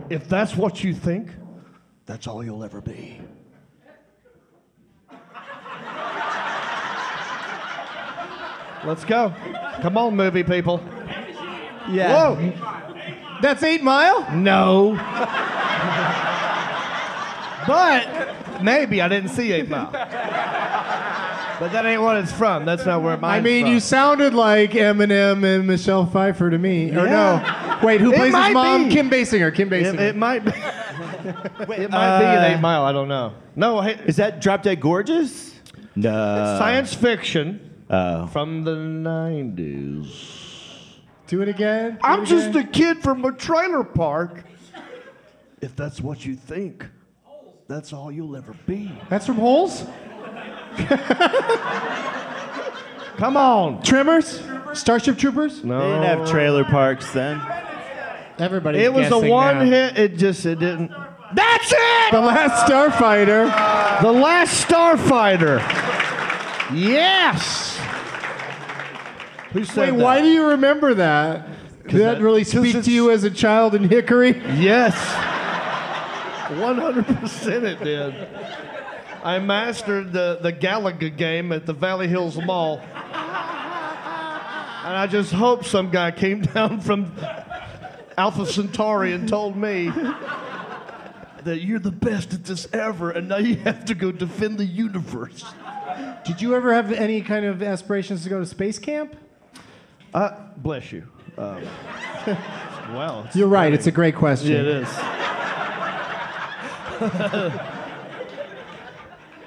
Speaker 3: If that's what you think, that's all you'll ever be. Let's go. Come on, movie people.
Speaker 6: Yeah.
Speaker 2: That's Eight Mile.
Speaker 3: No. but maybe I didn't see Eight Mile. But that ain't what it's from. That's not where
Speaker 2: I
Speaker 3: mine's
Speaker 2: mean,
Speaker 3: from.
Speaker 2: you sounded like Eminem and Michelle Pfeiffer to me. Or
Speaker 3: Yeah.
Speaker 2: no, wait, who
Speaker 3: It
Speaker 2: plays
Speaker 3: might
Speaker 2: his mom?
Speaker 3: be.
Speaker 2: Kim Basinger. Kim Basinger.
Speaker 3: It, it might be. it might be an Eight Mile. I don't know. No, hey,
Speaker 5: Is that Drop Dead Gorgeous? No.
Speaker 3: science fiction
Speaker 5: Oh.
Speaker 3: from the '90s.
Speaker 2: do it again. Do
Speaker 3: I'm
Speaker 2: it
Speaker 3: just
Speaker 2: again.
Speaker 3: a kid from a trailer park. If that's what you think, that's all you'll ever be.
Speaker 2: That's from Holes.
Speaker 3: Come on.
Speaker 2: Trimmers? Starship Troopers?
Speaker 5: They didn't have trailer parks then.
Speaker 2: Everybody.
Speaker 3: It was a one hit. It just it didn't. That's it.
Speaker 2: The Last Starfighter.
Speaker 3: The Last Starfighter. Yes. Who
Speaker 2: Wait,
Speaker 3: said
Speaker 2: why do you remember that? Did that
Speaker 3: that-
Speaker 2: really
Speaker 3: 'cause
Speaker 2: speak
Speaker 3: it's-
Speaker 2: to you as a child in Hickory?
Speaker 3: Yes. One hundred percent, it did. I mastered the the Gallagher game at the Valley Hills Mall, and I just hope some guy came down from Alpha Centauri and told me that you're the best at this ever, and now you have to go defend the universe.
Speaker 2: Did you ever have any kind of aspirations to go to space camp?
Speaker 3: Uh, bless you. Um, wow. it's-
Speaker 2: You're right. It's a great question.
Speaker 3: Yeah, it is.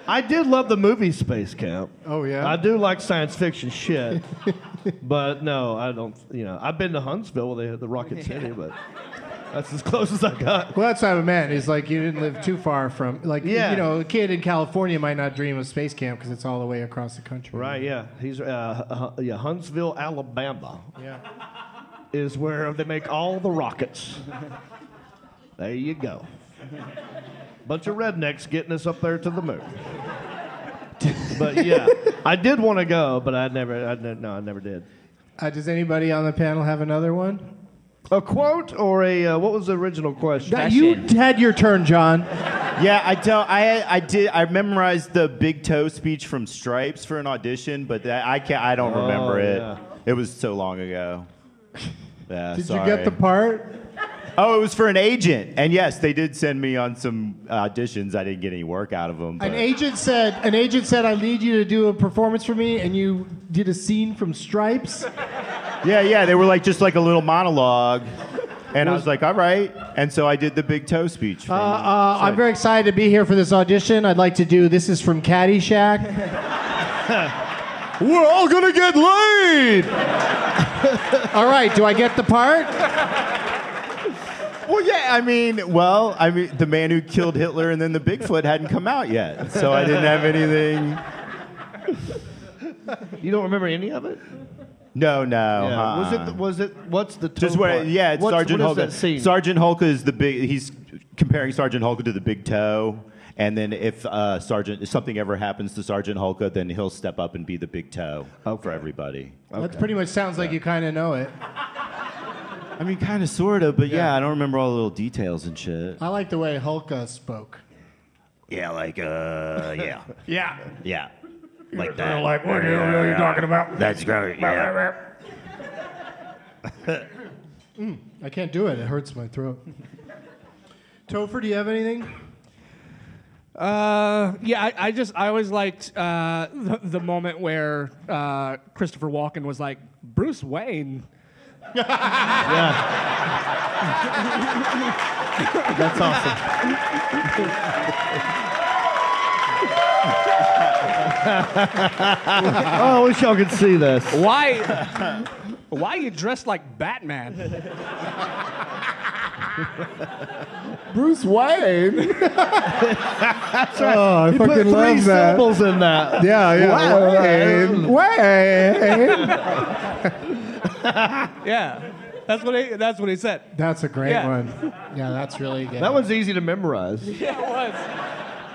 Speaker 3: I did love the movie Space Camp.
Speaker 2: Oh yeah.
Speaker 3: I do like science fiction shit, but no, I don't. You know, I've been to Huntsville where they had the Rocket City, but that's as close as I got.
Speaker 2: well, that's what I meant. Is like you didn't live too far from like
Speaker 3: Yeah.
Speaker 2: you know a kid in California might not dream of space camp because it's all the way across the country.
Speaker 3: Right? Yeah. He's uh, uh, yeah Huntsville, Alabama.
Speaker 2: Yeah.
Speaker 3: is where they make all the rockets. There you go. Bunch of rednecks getting us up there to the moon. But yeah, I did want to go, but I never, I ne- no, I never did.
Speaker 2: Uh, does anybody on the panel have another one?
Speaker 3: A quote or a uh, what was the original question?
Speaker 2: That- you
Speaker 6: Question.
Speaker 2: had your turn, John.
Speaker 5: Yeah, I tell I I did I memorized the big toe speech from Stripes for an audition, but that, I can not I don't remember
Speaker 3: Oh,
Speaker 5: it.
Speaker 3: yeah.
Speaker 5: It was so long ago. Yeah,
Speaker 2: Did
Speaker 5: sorry.
Speaker 2: you get the part?
Speaker 5: Oh, it was for an agent, and yes, they did send me on some auditions. I didn't get any work out of them.
Speaker 2: An
Speaker 5: but-
Speaker 2: agent said, "An agent said I need you to do a performance for me, and you did a scene from Stripes." Uh,
Speaker 5: Yeah, yeah, they were like just like a little monologue, and I was like, all right. And so I did the big toe speech. From,
Speaker 2: Uh, uh, I'm very excited to be here for this audition. I'd like to do this is from Caddyshack.
Speaker 5: we're all gonna get laid.
Speaker 2: All right, do I get the part?
Speaker 5: Well, yeah, I mean, well, I mean, the man who killed Hitler and then the Bigfoot hadn't come out yet, so I didn't have anything.
Speaker 3: you don't remember any of it?
Speaker 5: No, no.
Speaker 3: Yeah. Was
Speaker 5: uh-uh.
Speaker 3: it? Was it? What's the
Speaker 5: Just
Speaker 3: toe
Speaker 5: where,
Speaker 3: part?
Speaker 5: yeah, it's
Speaker 3: What's-
Speaker 5: Sergeant
Speaker 3: what is
Speaker 5: Hulk.
Speaker 3: that scene?
Speaker 5: Sergeant Hulk is the big. He's comparing Sergeant Hulk to the big toe, and then if uh, Sergeant, if something ever happens to Sergeant Hulk, then he'll step up and be the big toe for everybody.
Speaker 2: That pretty much sounds like you kind of know it.
Speaker 5: I mean, kind of, sort of, but yeah. I don't remember all the little details and shit.
Speaker 2: I like the way Hulk uh, spoke.
Speaker 5: Yeah, like, uh, yeah,
Speaker 7: Yeah.
Speaker 5: yeah, like
Speaker 7: They're
Speaker 5: that.
Speaker 7: like, what the hell are you talking about?
Speaker 5: That's great. Yeah.
Speaker 2: I can't do it. It hurts my throat. Topher, do you have anything?
Speaker 4: Uh, yeah, I, I just I always liked uh, the, the moment where uh, Christopher Walken was like Bruce Wayne.
Speaker 3: That's awesome. oh, I wish y'all could see this.
Speaker 4: Why? why you dressed like Batman?
Speaker 2: Bruce Wayne.
Speaker 3: I he put
Speaker 2: fucking
Speaker 3: three
Speaker 2: love that.
Speaker 3: syllables in that.
Speaker 2: Yeah,
Speaker 3: yeah, Wayne.
Speaker 2: Wayne.
Speaker 4: Yeah, that's what he, that's what he said.
Speaker 2: That's a great
Speaker 4: Yeah.
Speaker 2: one. Yeah, that's really good.
Speaker 3: That one's easy to memorize.
Speaker 4: Yeah, it was.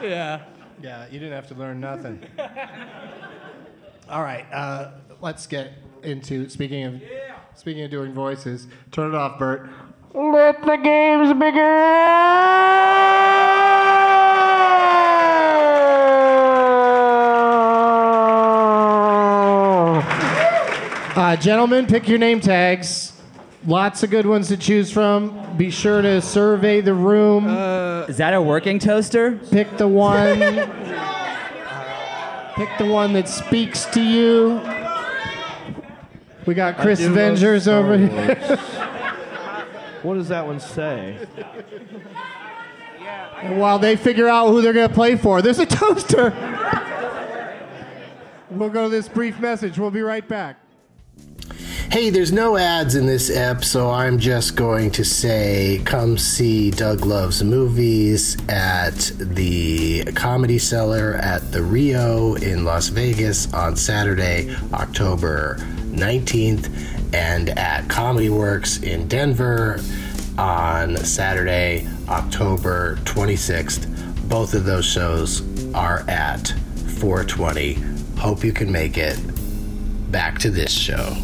Speaker 4: Yeah.
Speaker 2: Yeah, you didn't have to learn nothing. All right, uh, let's get into speaking of speaking of doing voices. Turn it off, Bert. Let the games begin. Uh, gentlemen, pick your name tags. Lots of good ones to choose from. Be sure to survey the room.
Speaker 6: Is that a working toaster?
Speaker 2: Pick the one. pick the one that speaks to you. We got Chris
Speaker 3: do love
Speaker 2: Vengers
Speaker 3: Star
Speaker 2: over here.
Speaker 3: What does that one say?
Speaker 2: And while they figure out who they're going to play for, there's a toaster. we'll go to this brief message. We'll be right back.
Speaker 8: Hey, there's no ads in this ep, so I'm just going to say come see Doug Love's movies at the Comedy Cellar at the Rio in Las Vegas on Saturday, October 19th, and at Comedy Works in Denver on Saturday, October 26th. Both of those shows are at 420. Hope you can make it. Back to this show.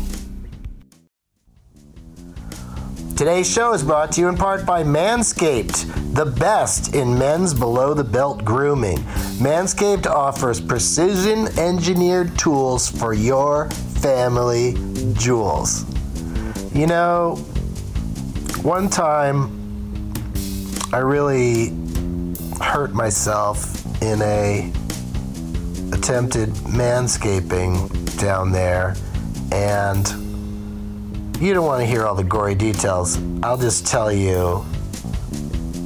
Speaker 8: Today's show is brought to you in part by Manscaped, the best in men's below the belt grooming. Manscaped offers precision engineered tools for your family jewels. You know, one time I really hurt myself in a attempted manscaping down there and you don't want to hear all the gory details. I'll just tell you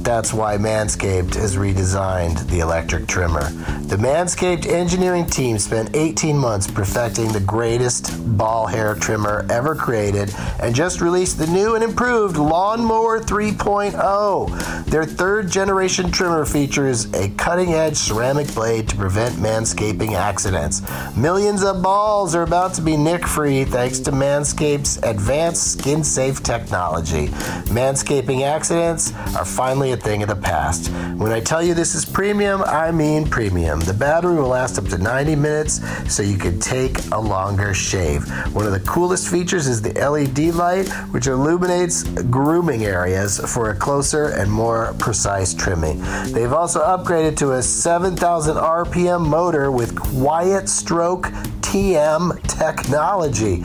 Speaker 8: that's why Manscaped has redesigned the electric trimmer. The Manscaped engineering team spent 18 months perfecting the greatest ball hair trimmer ever created and just released the new and improved Lawnmower 3.0. Their third generation trimmer features a cutting edge ceramic blade to prevent manscaping accidents. Millions of balls are about to be nick free thanks to Manscaped's advanced skin safe technology. Manscaping accidents are finally a thing of the past. When I tell you this is premium, I mean premium. The battery will last up to 90 minutes, so you can take a longer shave. One of the coolest features is the LED light, which illuminates grooming areas for a closer and more precise trimming. They've also upgraded to a 7,000 RPM motor with quiet stroke TM technology.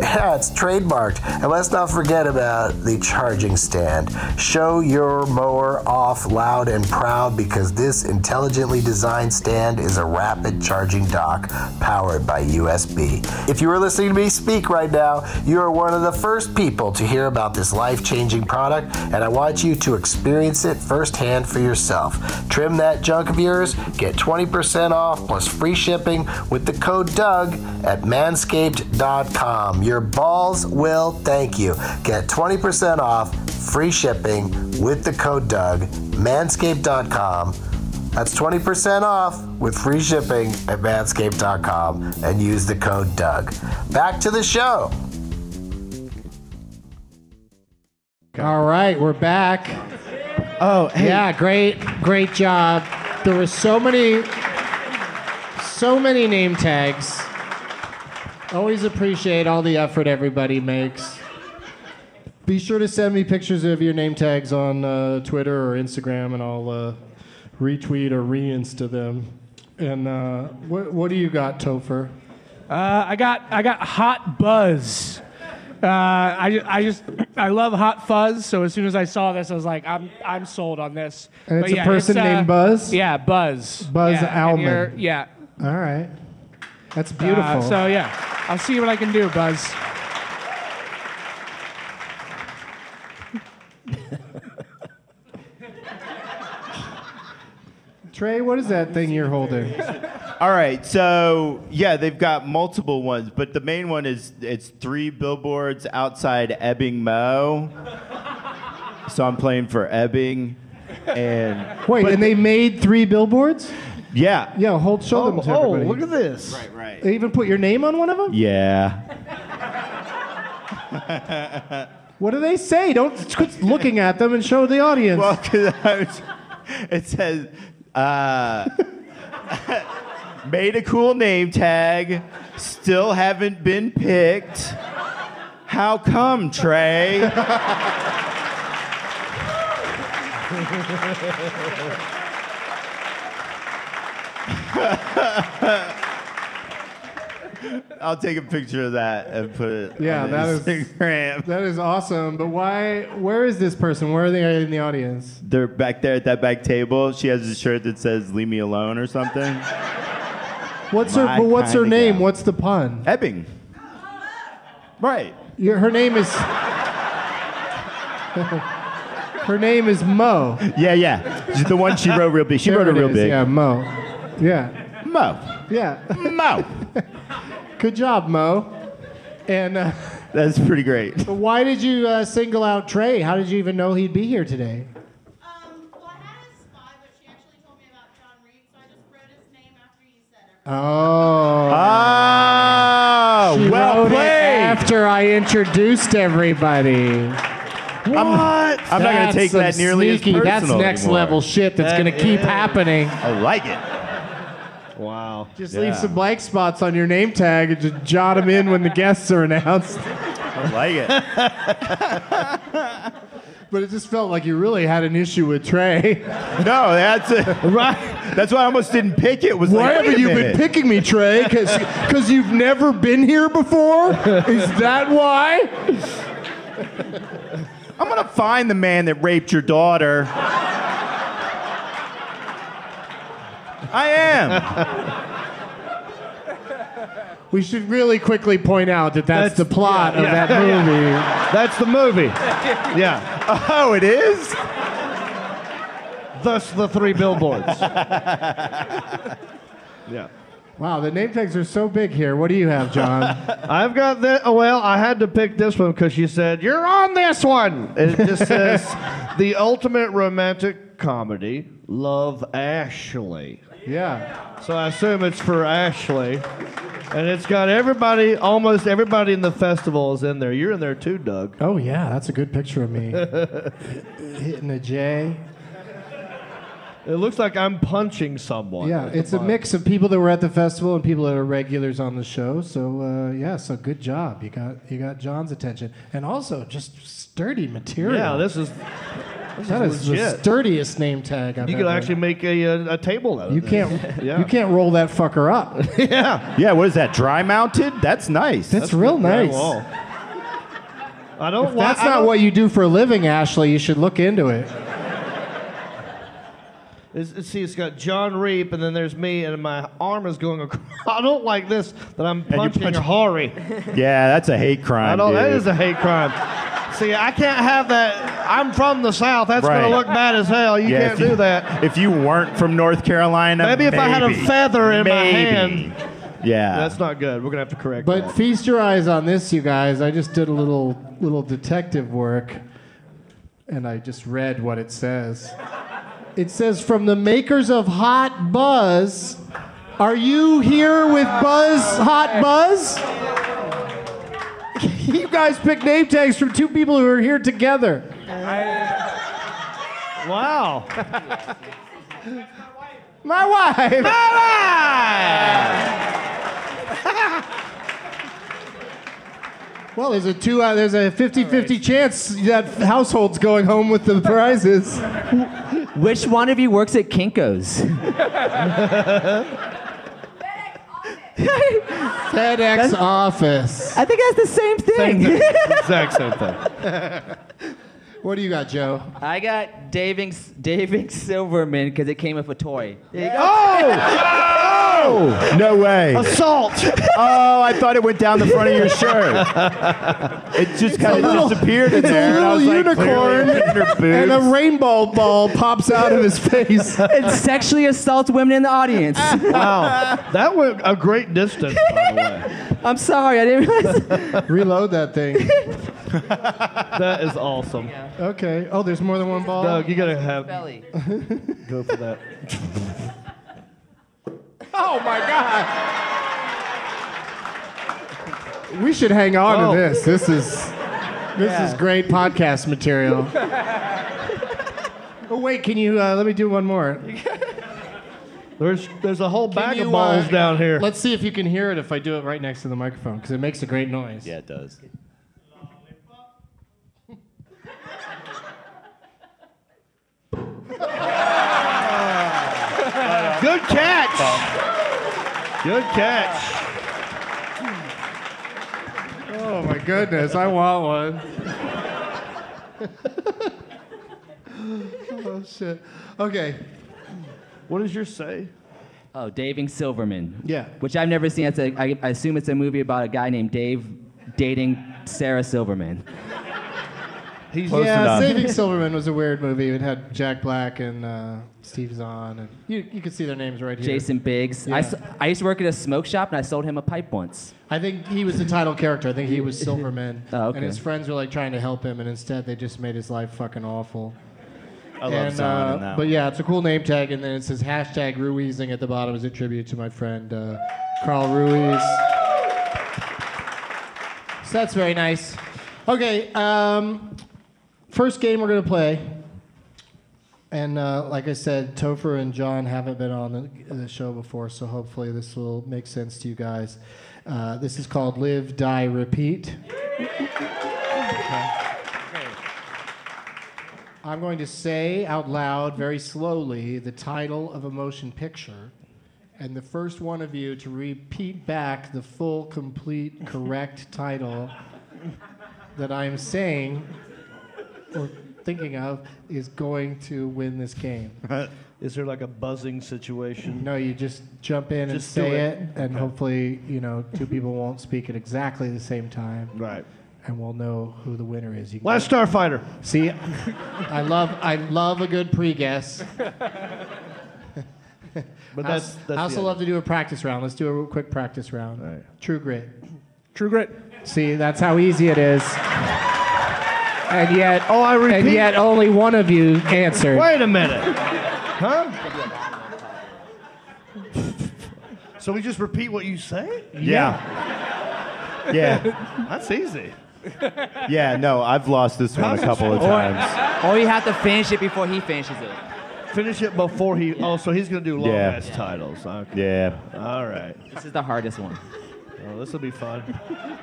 Speaker 8: Yeah, it's trademarked. And let's not forget about the charging stand. Show your mower off loud and proud because this intelligently designed stand is a rapid charging dock powered by USB. If you are listening to me speak right now, you are one of the first people to hear about this life changing product, and I want you to experience it firsthand for yourself. Trim that junk of yours, get 20% off plus free shipping with the code Doug at manscaped.com. Your balls will thank you. Get 20% off, free shipping with the code Doug, manscaped.com. That's 20% off with free shipping at manscaped.com and use the code Doug. Back to the show.
Speaker 2: All right, we're back. Oh, yeah, great, great job. There were so many, so many name tags. Always appreciate all the effort everybody makes. Be sure to send me pictures of your name tags on uh, Twitter or Instagram, and I'll uh, retweet or reinsta them. And uh, what, what do you got, Topher?
Speaker 4: Uh, I got I got hot buzz. Uh, I, ju- I just I love hot fuzz. So as soon as I saw this, I was like, I'm I'm sold on this.
Speaker 2: And it's a person named Buzz?
Speaker 4: uh, Yeah, Buzz.
Speaker 2: Buzz
Speaker 4: yeah, and
Speaker 2: Almond.
Speaker 4: you're- Yeah.
Speaker 2: All right, that's
Speaker 4: Uh,
Speaker 2: beautiful.
Speaker 4: so yeah, I'll see what I can do, Buzz.
Speaker 2: Trey, what is that thing you're holding?
Speaker 5: All right, so yeah, they've got multiple ones, but the main one is it's three billboards outside Ebbing, Mo. so I'm playing for Ebbing, and
Speaker 2: Wait, and they made three billboards?
Speaker 5: yeah,
Speaker 2: Yeah, hold, show
Speaker 3: Oh,
Speaker 2: them to
Speaker 3: oh,
Speaker 2: everybody.
Speaker 3: look at this.
Speaker 5: right,
Speaker 2: They even put your name on one of them?
Speaker 5: yeah.
Speaker 2: What do they say? Don't quit looking at them and show the audience.
Speaker 5: Well, 'cause I was- it says uh, made a cool name tag, still haven't been picked. How come, Trey? I'll take a picture of that and put it
Speaker 2: Yeah,
Speaker 5: on
Speaker 2: that is-
Speaker 5: Instagram.
Speaker 2: that is awesome, but why? Where is this person? Where are they in the audience?
Speaker 5: They're back there at that back table. She has a shirt that says "Leave me alone" or something.
Speaker 2: What's her?
Speaker 5: My
Speaker 2: But what's her
Speaker 5: kinda
Speaker 2: name?
Speaker 5: guy.
Speaker 2: What's the pun?
Speaker 5: Ebbing. Right.
Speaker 2: Your, her name is. her name is Mo.
Speaker 5: Yeah, yeah. She's the one she wrote real big. She
Speaker 2: There
Speaker 5: wrote it
Speaker 2: it
Speaker 5: real
Speaker 2: is.
Speaker 5: big.
Speaker 2: Yeah, Mo. Yeah,
Speaker 5: Mo.
Speaker 2: yeah.
Speaker 5: Mo.
Speaker 2: Good job, Mo. And uh,
Speaker 5: That's pretty great.
Speaker 2: but why did you uh, single out Trey? How did you even know he'd be here today?
Speaker 9: Um, well, I had a spy, but she actually told me about John Reed, so I just wrote his name after you said it.
Speaker 2: Oh.
Speaker 5: Ah,
Speaker 2: She
Speaker 5: well
Speaker 2: wrote it
Speaker 5: played.
Speaker 2: after I introduced everybody.
Speaker 5: I'm, I'm not gonna
Speaker 2: That's
Speaker 5: take
Speaker 2: some
Speaker 5: that nearly
Speaker 2: sneaky,
Speaker 5: as
Speaker 2: That's
Speaker 5: personal
Speaker 2: next
Speaker 5: anymore.
Speaker 2: level shit that's
Speaker 3: That
Speaker 2: going to keep
Speaker 3: is.
Speaker 2: happening.
Speaker 5: I like it.
Speaker 3: Wow.
Speaker 2: Just
Speaker 5: Yeah.
Speaker 2: leave some blank spots on your name tag and just jot them in when the guests are announced.
Speaker 5: I like it.
Speaker 2: But it just felt like you really had an issue with Trey.
Speaker 5: No, that's it.
Speaker 3: Right.
Speaker 5: That's why I almost didn't pick it. Was
Speaker 2: Why
Speaker 5: like, wait
Speaker 2: haven't
Speaker 5: a
Speaker 2: you
Speaker 5: minute.
Speaker 2: been picking me, Trey? Because you've never been here before? Is that why?
Speaker 5: I'm gonna find the man that raped your daughter. I am.
Speaker 2: We should really quickly point out that that's,
Speaker 3: That's-
Speaker 2: the plot of
Speaker 3: yeah,
Speaker 2: that
Speaker 3: yeah.
Speaker 2: movie.
Speaker 3: Oh, That's the movie. Yeah.
Speaker 5: Oh, it is.
Speaker 3: Thus the three billboards. yeah.
Speaker 2: Wow, the name tags are so big here. What do you have, John?
Speaker 3: I've got that. oh, Well, I had to pick this one because she said, You're on this one. And it just says, The ultimate romantic comedy, Love Ashley.
Speaker 2: yeah.
Speaker 3: So I assume it's for Ashley. And it's got everybody, almost everybody in the festival is in there. You're in there too, Doug.
Speaker 2: Oh yeah, that's a good picture of me hitting a J.
Speaker 3: It looks like I'm punching someone.
Speaker 2: Yeah,
Speaker 3: at the
Speaker 2: it's a
Speaker 3: bottom.
Speaker 2: mix of people that were at the festival and people that are regulars on the show. So uh, yeah, so good job. You got you got John's attention, and also just sturdy material.
Speaker 3: Yeah, this is.
Speaker 2: that is the
Speaker 3: legit.
Speaker 2: sturdiest name tag I've
Speaker 3: You could
Speaker 2: ever-
Speaker 3: actually make a, a, a table out of
Speaker 2: You
Speaker 3: this.
Speaker 2: can't
Speaker 3: Yeah.
Speaker 2: you can't roll that fucker up. That's,
Speaker 3: yeah.
Speaker 5: Yeah, what is that? Dry mounted? That's nice.
Speaker 2: real
Speaker 3: Very
Speaker 2: nice.
Speaker 3: well. I don't. wa-
Speaker 2: That's
Speaker 3: I
Speaker 2: not
Speaker 3: don't-
Speaker 2: what you do for a living, Ashley. You should look into it.
Speaker 3: It's, it's- see, it's got John Reap, and then there's me, and my arm is going across. I don't like this that I'm
Speaker 5: you're
Speaker 3: punching
Speaker 5: punching-
Speaker 3: Hari.
Speaker 5: yeah, that's a hate crime.
Speaker 3: I don't. That
Speaker 5: dude.
Speaker 3: is a hate crime. See, I can't have that. I'm from the South. That's
Speaker 5: Right.
Speaker 3: gonna look bad as hell. You
Speaker 5: Yeah,
Speaker 3: can't
Speaker 5: if you-
Speaker 3: do that.
Speaker 5: If you weren't from North Carolina,
Speaker 3: Maybe if I had a
Speaker 5: maybe.
Speaker 3: feather in my
Speaker 5: Maybe.
Speaker 3: hand.
Speaker 5: Yeah.
Speaker 3: That's not good. We're gonna have to correct
Speaker 2: But feast your eyes on this, you guys. I just did a little little detective work, and I just read what it says. It says from the makers of Hot Buzz. Are you here with Buzz Hot Buzz? you guys picked name tags from two people who are here together.
Speaker 3: Wow.
Speaker 2: My wife. Well, there's a two out. There's a 50-50 chance that household's going home with the prizes.
Speaker 6: Which one of you works at Kinko's?
Speaker 2: FedEx office.
Speaker 6: I think that's the same thing.
Speaker 3: exact same thing.
Speaker 2: What do you got, Joe?
Speaker 6: I got Daving, Daving Silverman because it came with a toy. There you go.
Speaker 5: Oh! No way.
Speaker 3: Assault.
Speaker 5: Oh, I thought it went down the front of your shirt. It just kind
Speaker 2: little-
Speaker 5: of disappeared in
Speaker 2: it's a
Speaker 5: there. and I was
Speaker 2: little
Speaker 5: like, clearly
Speaker 2: unicorn
Speaker 5: it's in your
Speaker 2: And a
Speaker 5: boobs.
Speaker 2: rainbow ball pops out of his face.
Speaker 6: It sexually assaults women in the audience.
Speaker 3: Wow. That went a great distance, by the way.
Speaker 6: I'm sorry, I didn't realize.
Speaker 2: Reload that thing.
Speaker 3: That is awesome.
Speaker 2: Okay. Oh, there's more than one ball.
Speaker 3: Doug, you gotta have
Speaker 6: Belly.
Speaker 3: go for that.
Speaker 2: Oh my god. We should hang on
Speaker 3: Oh.
Speaker 2: to this. This is this is great podcast material. oh wait, can you uh, let me do one more?
Speaker 3: There's there's a whole bag
Speaker 2: you,
Speaker 3: of balls
Speaker 2: uh,
Speaker 3: down here.
Speaker 2: Let's see if you can hear it if I do it right next to the microphone because it makes a great noise.
Speaker 5: Yeah, it does.
Speaker 3: Good catch. Good catch.
Speaker 2: Oh my goodness, I want one. oh shit. Okay.
Speaker 3: What does your say?
Speaker 6: Oh, Daving Silverman.
Speaker 2: Yeah.
Speaker 6: Which I've never seen. It's a, I, I assume it's a movie about a guy named Dave dating Sarah Silverman.
Speaker 3: He's
Speaker 2: yeah,
Speaker 5: enough.
Speaker 2: Saving Silverman was a weird movie. It had Jack Black and uh, Steve Zahn, and you you could see their names right here.
Speaker 6: Jason Biggs.
Speaker 2: Yeah.
Speaker 6: I, s- I used to work at a smoke shop and I sold him a pipe once.
Speaker 2: I think he was the title character. I think he was Silverman,
Speaker 6: Oh, okay.
Speaker 2: and his friends were like trying to help him, and instead they just made his life fucking awful.
Speaker 5: I love
Speaker 2: and,
Speaker 5: someone
Speaker 2: uh,
Speaker 5: in that
Speaker 2: But
Speaker 5: one.
Speaker 2: yeah, it's a cool name tag, and then it says hashtag Ruizing at the bottom as a tribute to my friend uh, Carl Ruiz. So that's very nice. Okay, um, first game we're gonna play, and uh, like I said, Topher and John haven't been on the, the show before, so hopefully this will make sense to you guys. Uh, this is called Live, Die, Repeat. I'm going to say out loud, very slowly, the title of a motion picture, and the first one of you to repeat back the full, complete, correct title that I'm saying or thinking of is going to win this game.
Speaker 3: Is there like a buzzing situation?
Speaker 2: No, you just jump in
Speaker 3: Just do
Speaker 2: and say
Speaker 3: it.
Speaker 2: it, and hopefully, you know, two people won't speak at exactly the same time,
Speaker 3: Right.
Speaker 2: and we'll know who the winner is. You can
Speaker 3: Last Starfighter.
Speaker 2: See, I love I love a good pre-guess.
Speaker 3: But
Speaker 2: I
Speaker 3: that's
Speaker 2: als-
Speaker 3: that's
Speaker 2: I
Speaker 3: the
Speaker 2: also
Speaker 3: end.
Speaker 2: love to do a practice round. Let's do a real quick practice round.
Speaker 3: All right.
Speaker 2: True grit.
Speaker 4: True Grit.
Speaker 2: See, that's how easy it is. And yet,
Speaker 3: Oh, I repeat.
Speaker 2: and yet, only one of you answered.
Speaker 3: Wait a minute. Huh? so we just repeat what you say?
Speaker 5: Yeah. Yeah.
Speaker 3: That's easy.
Speaker 5: Yeah, no, I've lost this one a couple of times.
Speaker 6: Or you have to finish it before he finishes it.
Speaker 3: Finish it before he. Oh, so he's gonna do long
Speaker 5: Yeah.
Speaker 3: ass titles. Okay.
Speaker 5: Yeah.
Speaker 3: All right.
Speaker 6: This is the hardest one.
Speaker 3: Well, this will be fun.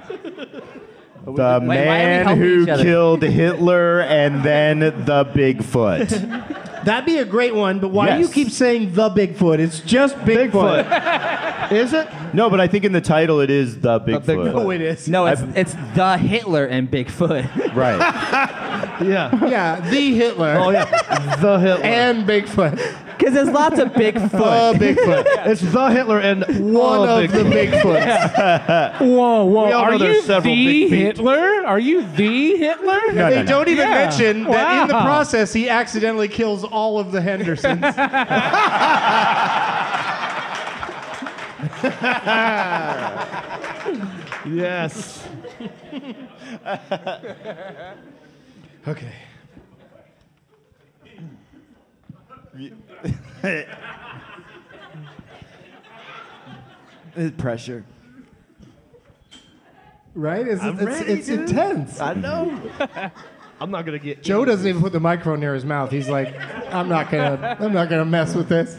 Speaker 5: The
Speaker 6: why are we
Speaker 5: man
Speaker 6: helping
Speaker 5: who
Speaker 6: each other?
Speaker 5: killed Hitler and then the Bigfoot.
Speaker 2: That'd be a great one. But why do you
Speaker 5: Yes.
Speaker 2: keep saying the Bigfoot? It's just Bigfoot.
Speaker 3: is it?
Speaker 5: No, but I think in the title it is the Bigfoot.
Speaker 3: Bigfoot.
Speaker 2: Oh, it is.
Speaker 6: No, it's,
Speaker 5: I've-
Speaker 6: it's the Hitler and Bigfoot.
Speaker 5: Right.
Speaker 3: Yeah.
Speaker 2: Yeah, the Hitler
Speaker 3: Oh yeah. the Hitler.
Speaker 2: and Bigfoot.
Speaker 6: Because there's lots of Bigfoot.
Speaker 2: The Bigfoot.
Speaker 3: it's the Hitler and
Speaker 2: One
Speaker 3: the
Speaker 2: of the
Speaker 3: Bigfoot.
Speaker 2: Bigfoots.
Speaker 4: Whoa, whoa.
Speaker 3: We all
Speaker 4: Are
Speaker 3: know there's
Speaker 4: you
Speaker 3: several
Speaker 4: the
Speaker 3: big feet.
Speaker 4: Hitler? Are you the Hitler?
Speaker 5: No, no,
Speaker 2: They
Speaker 5: no.
Speaker 2: don't even
Speaker 4: Yeah.
Speaker 2: mention that in the
Speaker 4: Wow.
Speaker 2: process he accidentally kills all of the Hendersons.
Speaker 3: Yes.
Speaker 2: okay.
Speaker 10: It's pressure.
Speaker 2: Right? It's, it's, it's intense.
Speaker 3: I know. I'm not gonna get.
Speaker 2: Joe
Speaker 3: any-
Speaker 2: doesn't even put the micro near his mouth. He's like, I'm not gonna, I'm not gonna mess with this.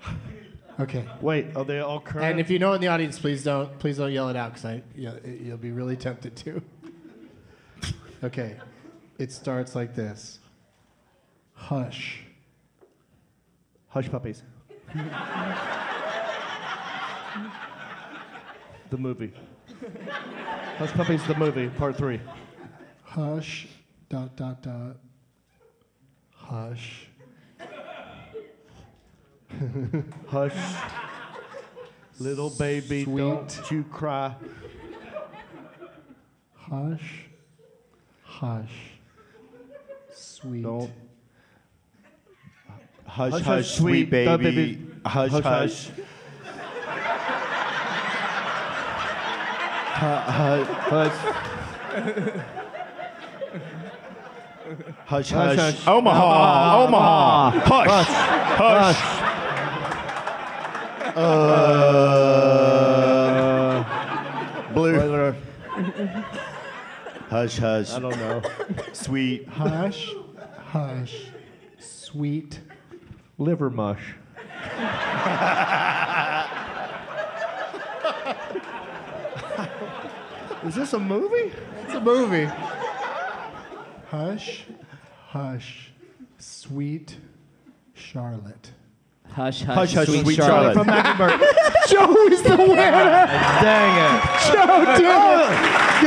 Speaker 2: okay.
Speaker 3: Wait, are they all current?
Speaker 2: And if you know in the audience, please don't, please don't yell it out, because I, you'll, you'll be really tempted to. Okay. It starts like this. Hush.
Speaker 3: Hush Puppies. the movie. Hush Puppies, the movie, part three.
Speaker 2: Hush. Dot dot dot. Hush.
Speaker 3: Hush. Little baby,
Speaker 2: Sweet.
Speaker 3: don't you cry.
Speaker 2: Hush. Hush. Sweet.
Speaker 3: Don't.
Speaker 5: Hush,
Speaker 3: Hush,
Speaker 5: hush,
Speaker 3: hush,
Speaker 5: sweet,
Speaker 3: sweet, the
Speaker 5: baby.
Speaker 3: baby.
Speaker 5: Hush,
Speaker 3: Hush,
Speaker 5: hush.
Speaker 3: hush.
Speaker 5: Hush. Hush,
Speaker 3: Hush,
Speaker 5: hush.
Speaker 3: hush.
Speaker 2: Oh.
Speaker 5: Omaha, Omaha. Hush, hush. Uh, blue. Hush, hush.
Speaker 3: I don't know.
Speaker 5: Sweet.
Speaker 2: Hush. Hush. Sweet.
Speaker 3: Liver mush. Is this a movie?
Speaker 2: It's a movie. Hush. Hush. Sweet. Charlotte.
Speaker 6: Hush, hush,
Speaker 5: Hush, hush,
Speaker 6: sweet,
Speaker 5: sweet Charlotte.
Speaker 6: Charlotte.
Speaker 3: From Mecklenburg.
Speaker 2: Joe is the winner.
Speaker 3: Dang it.
Speaker 2: Joe did it.
Speaker 5: Ah!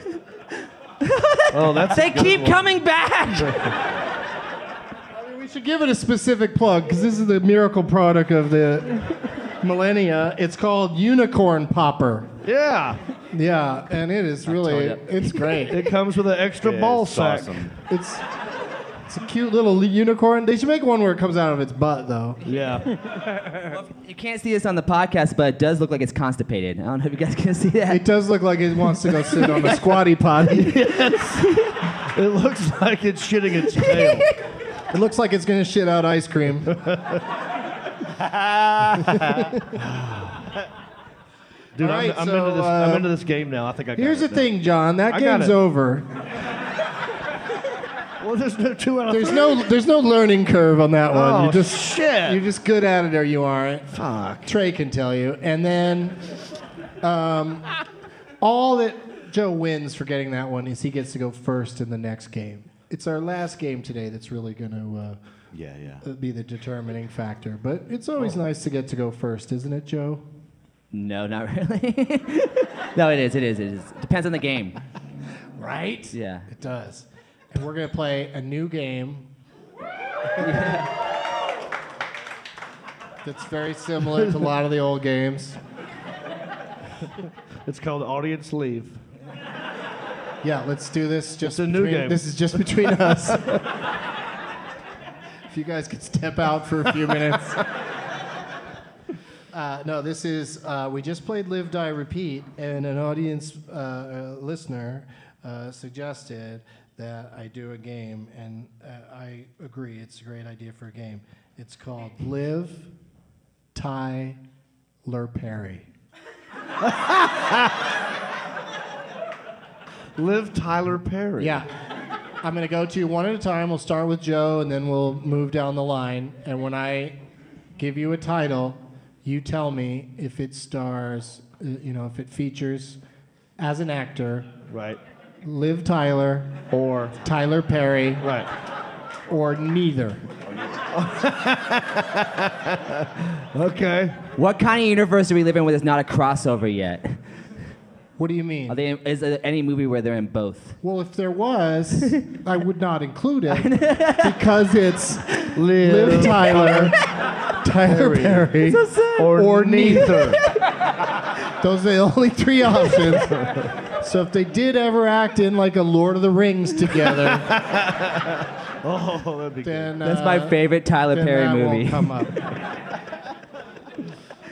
Speaker 3: Congratulations. Hey! oh, that's
Speaker 6: They keep coming back.
Speaker 2: We should give it a specific plug because this is the miracle product of the millennia. It's called Unicorn Popper.
Speaker 3: yeah.
Speaker 2: Yeah, and it is really it's great.
Speaker 3: It comes with an extra
Speaker 5: Yeah,
Speaker 3: ball
Speaker 5: it's
Speaker 3: sack.
Speaker 5: awesome.
Speaker 2: It's it's a cute little unicorn. They should make one where it comes out of its butt though.
Speaker 3: Yeah.
Speaker 6: you can't see this on the podcast, but it does look like it's constipated. I don't know if you guys can see that.
Speaker 2: It does look like it wants to go sit on a squatty potty.
Speaker 3: It looks like it's shitting its tail.
Speaker 2: It looks like it's gonna shit out ice cream.
Speaker 3: Dude,
Speaker 2: All
Speaker 3: I'm-
Speaker 2: right,
Speaker 3: I'm,
Speaker 2: so,
Speaker 3: into this,
Speaker 2: uh,
Speaker 3: I'm into this game now. I think I got
Speaker 2: Here's the
Speaker 3: it now.
Speaker 2: thing, John. That
Speaker 3: I got
Speaker 2: game's
Speaker 3: it.
Speaker 2: over.
Speaker 3: Well, there's no two out of
Speaker 2: There's
Speaker 3: three.
Speaker 2: no there's no learning curve on that one.
Speaker 3: Oh,
Speaker 2: you just
Speaker 3: shit.
Speaker 2: You're just good at it or you aren't.
Speaker 3: Fuck.
Speaker 2: Trey can tell you. And then um, all that Joe wins for getting that one is he gets to go first in the next game. It's our last game today that's really going to
Speaker 5: Yeah, yeah.
Speaker 2: uh, be the determining factor. But it's
Speaker 3: Oh.
Speaker 2: always nice to get to go first, isn't it, Joe?
Speaker 6: No, not really. no, it is. It is. It is. Depends on the game.
Speaker 2: Right?
Speaker 6: Yeah.
Speaker 2: It does. And we're going to play a new game. That's very similar to a lot of the old games.
Speaker 3: It's called Audience Leave.
Speaker 2: Yeah, let's do this. Just
Speaker 3: a new
Speaker 2: between-
Speaker 3: game.
Speaker 2: This is just between us. if you guys could step out for a few minutes. Uh, no, this is uh, we just played Live Die Repeat, and an audience uh, uh, listener uh, suggested that I do a game, and uh, I agree. It's a great idea for a game. It's called Live Tie Ler Perry.
Speaker 3: Live Tyler Perry.
Speaker 2: Yeah. I'm going to go to you one at a time. We'll start with Joe and then we'll move down the line. And when I give you a title, you tell me if it stars, uh, you know, if it features as an actor
Speaker 3: Right.
Speaker 2: Liv Tyler,
Speaker 3: Or.
Speaker 2: Tyler Perry,
Speaker 3: Right.
Speaker 2: or neither.
Speaker 3: Okay.
Speaker 6: What kind of universe do we live in where there's not a crossover yet?
Speaker 2: What do you
Speaker 6: Are
Speaker 2: mean?
Speaker 6: they, is there any movie where they're in both?
Speaker 2: Well, if there was, I would not include it because it's Liv Tyler, Tyler Perry,
Speaker 3: Or,
Speaker 2: or neither.
Speaker 3: neither.
Speaker 2: Those are the only three options. so if they did ever act in like a Lord of the Rings together,
Speaker 3: oh, that'd be good.
Speaker 2: then
Speaker 6: That's
Speaker 2: uh,
Speaker 6: my favorite Tyler
Speaker 2: then
Speaker 6: Perry
Speaker 2: that Won't
Speaker 6: movie.
Speaker 2: come up.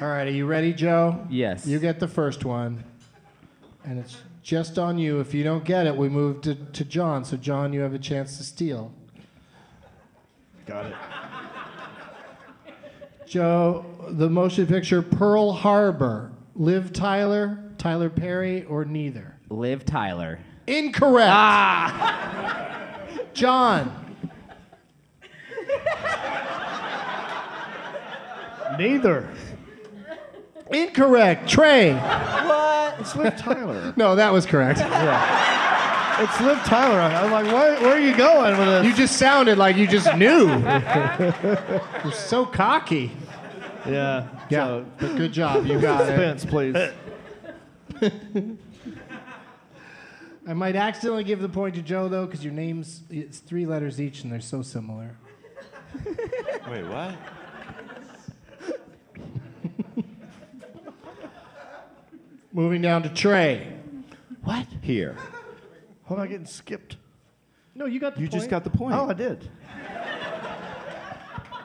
Speaker 2: All right, are you ready, Joe?
Speaker 6: Yes.
Speaker 2: You get the first one. And it's just on you. If you don't get it, we move to, to John. So, John, you have a chance to steal.
Speaker 5: Got it.
Speaker 2: Joe, the motion picture Pearl Harbor. Liv Tyler, Tyler Perry, or neither?
Speaker 6: Liv Tyler.
Speaker 2: Incorrect. Ah. John,
Speaker 3: Neither.
Speaker 2: incorrect. Trey.
Speaker 10: What?
Speaker 3: It's Liv Tyler.
Speaker 2: No, that was correct.
Speaker 3: It's Liv Tyler. I'm like, where, where are you going with this?
Speaker 2: You just sounded like you just knew. You're so cocky.
Speaker 3: yeah.
Speaker 2: Yeah,
Speaker 3: So,
Speaker 2: but good job. You got it.
Speaker 3: Spence, please.
Speaker 2: I might accidentally give the point to Joe though, because your names it's three letters each and they're so similar.
Speaker 5: Wait, what?
Speaker 2: Moving down to Trey.
Speaker 5: What? Here.
Speaker 3: Hold on, I'm getting skipped.
Speaker 2: No, you got the
Speaker 5: You
Speaker 2: point.
Speaker 5: just got the point.
Speaker 3: Oh, I did.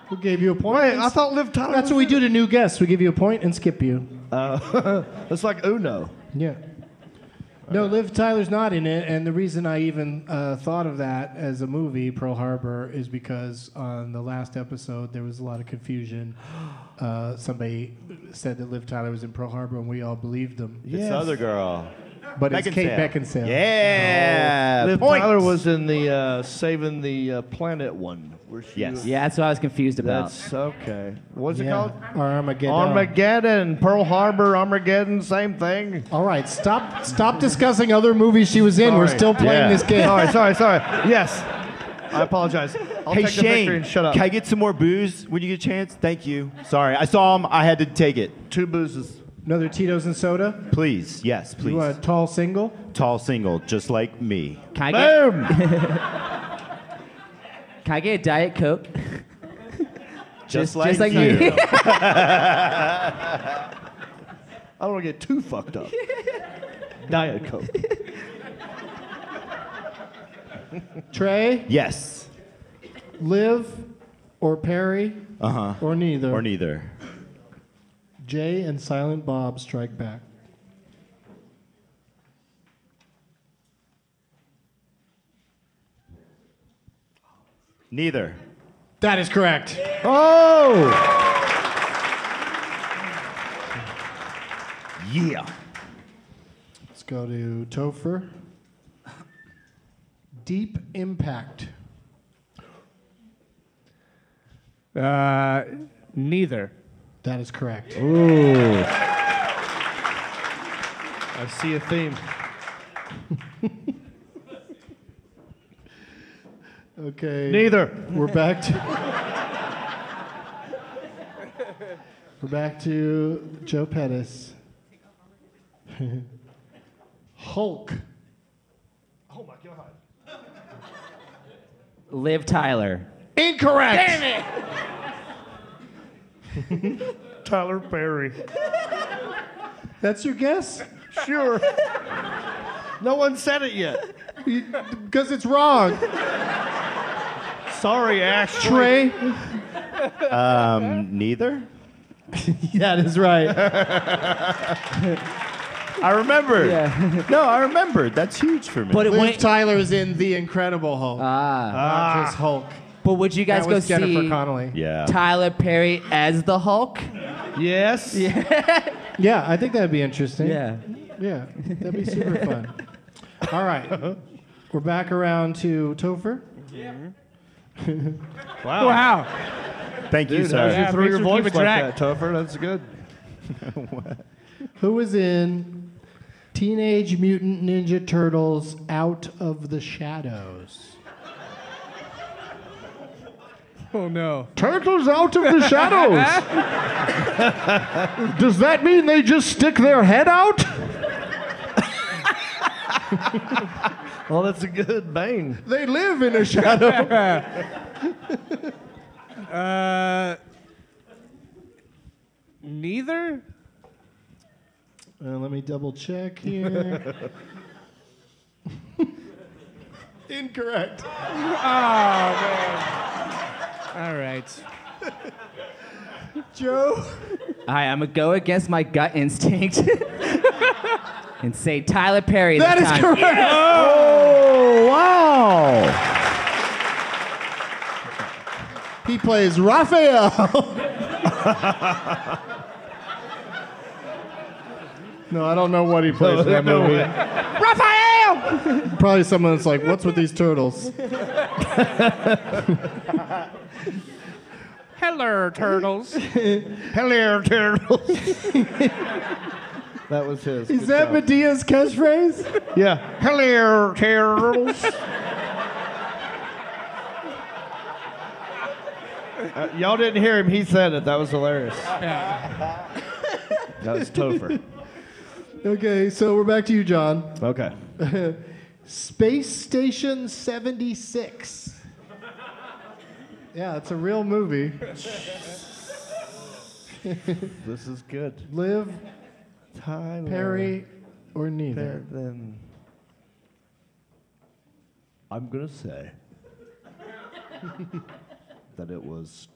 Speaker 2: Who gave you a point?
Speaker 3: Wait, I thought Liv Tyler.
Speaker 2: That's what we do to new guests. We give you a point and skip you.
Speaker 3: It's like Uno.
Speaker 2: Yeah. No, Liv Tyler's not in it, and the reason I even uh, thought of that as a movie, Pearl Harbor, is because on the last episode there was a lot of confusion. Uh, somebody said that Liv Tyler was in Pearl Harbor, and we all believed them.
Speaker 5: It's the other girl.
Speaker 2: But it's Kate Beckinsale.
Speaker 5: Yeah.
Speaker 3: Oh. Liv
Speaker 5: Points.
Speaker 3: Tyler was in the uh, Saving the uh, Planet one. Where she
Speaker 5: Yes.
Speaker 3: was-
Speaker 6: Yeah, that's what I was confused about.
Speaker 3: That's okay. What's it
Speaker 2: Yeah.
Speaker 3: called?
Speaker 2: Or Armageddon.
Speaker 3: Armageddon, Pearl Harbor, Armageddon, same thing.
Speaker 2: all right, stop stop discussing other movies she was in. We're
Speaker 3: Sorry.
Speaker 2: still playing
Speaker 5: Yeah.
Speaker 2: this game.
Speaker 3: sorry, sorry, sorry. Yes. I apologize. I'll
Speaker 5: hey
Speaker 3: take the
Speaker 5: Shane,
Speaker 3: victory and shut up.
Speaker 5: can I get some more booze when you get a chance? Thank you. Sorry, I saw him. I had to take it.
Speaker 3: Two boozes.
Speaker 2: Another Tito's and soda.
Speaker 5: Please, yes, please.
Speaker 2: You want a tall single?
Speaker 5: Tall single, just like me.
Speaker 6: Can I get,
Speaker 3: Boom!
Speaker 6: can I get a Diet Coke?
Speaker 5: Just, like,
Speaker 6: Just like
Speaker 5: you.
Speaker 6: me.
Speaker 3: I don't want to get too fucked up. Diet Coke.
Speaker 2: Trey,
Speaker 5: yes.
Speaker 2: Liv, or Perry,
Speaker 5: Uh huh.
Speaker 2: or neither.
Speaker 5: Or neither.
Speaker 2: Jay and Silent Bob Strike Back.
Speaker 5: Neither.
Speaker 2: That is correct.
Speaker 5: Oh. Yeah.
Speaker 2: Let's go to Topher. Deep Impact.
Speaker 4: Uh, neither.
Speaker 2: That is correct.
Speaker 3: I see a theme.
Speaker 2: Okay.
Speaker 3: Neither.
Speaker 2: We're back to. We're back to Joe Pettis. Hulk.
Speaker 6: Liv Tyler.
Speaker 2: Incorrect.
Speaker 3: Tyler Perry.
Speaker 2: That's your guess?
Speaker 3: Sure. No one said it yet.
Speaker 2: Because it's wrong.
Speaker 3: Sorry, Ash.
Speaker 2: Trey.
Speaker 5: Um, neither?
Speaker 2: that is right.
Speaker 5: I remember. no, I remembered. That's huge for me.
Speaker 6: But it
Speaker 2: Liv
Speaker 6: went,
Speaker 2: Tyler is in The Incredible Hulk. Ah. Not just Hulk.
Speaker 6: but would you guys
Speaker 2: that
Speaker 6: go
Speaker 2: was Jennifer
Speaker 6: see
Speaker 2: Connelly.
Speaker 5: yeah.
Speaker 6: Tyler Perry as the Hulk?
Speaker 3: Yes.
Speaker 2: Yeah, I think that'd be interesting.
Speaker 6: Yeah.
Speaker 2: Yeah, that'd be super fun. All right. We're back around to Topher.
Speaker 3: Wow.
Speaker 4: Wow.
Speaker 5: Thank you,
Speaker 3: Dude, how'd
Speaker 5: sir.
Speaker 4: Yeah,
Speaker 3: you throw
Speaker 4: make
Speaker 3: your
Speaker 4: sure to
Speaker 3: voice
Speaker 4: keep
Speaker 3: like
Speaker 4: it
Speaker 3: that, Topher? That's good.
Speaker 2: Who was in Teenage Mutant Ninja Turtles Out of the Shadows?
Speaker 4: Oh no.
Speaker 2: Turtles out of the shadows. Does that mean they just stick their head out?
Speaker 3: Well, that's a good bane.
Speaker 2: They live in a shadow.
Speaker 4: Uh, neither.
Speaker 2: Uh, let me double check here. Incorrect.
Speaker 4: All right.
Speaker 2: Joe.
Speaker 6: All right, I'm going to go against my gut instinct. and say Tyler Perry.
Speaker 2: That
Speaker 6: this
Speaker 2: is
Speaker 6: time.
Speaker 2: correct.
Speaker 5: Oh, wow.
Speaker 2: He plays Raphael. no, I don't know what he plays in that
Speaker 3: No
Speaker 2: movie.
Speaker 3: way.
Speaker 6: Raphael.
Speaker 2: Probably someone that's like, what's with these turtles?
Speaker 4: Hello, turtles.
Speaker 3: Hello, turtles. that was his.
Speaker 2: Is that Medea's catchphrase?
Speaker 3: yeah. Hello, turtles. Uh, y'all didn't hear him. He said it. That was hilarious. that was Topher.
Speaker 2: Okay, so we're back to you, John.
Speaker 3: Okay.
Speaker 2: Space Station 76. Yeah, it's a real movie.
Speaker 3: This is good.
Speaker 2: Liv,
Speaker 3: Tyler.
Speaker 2: Perry, or neither.
Speaker 3: There, then. I'm going to say that it was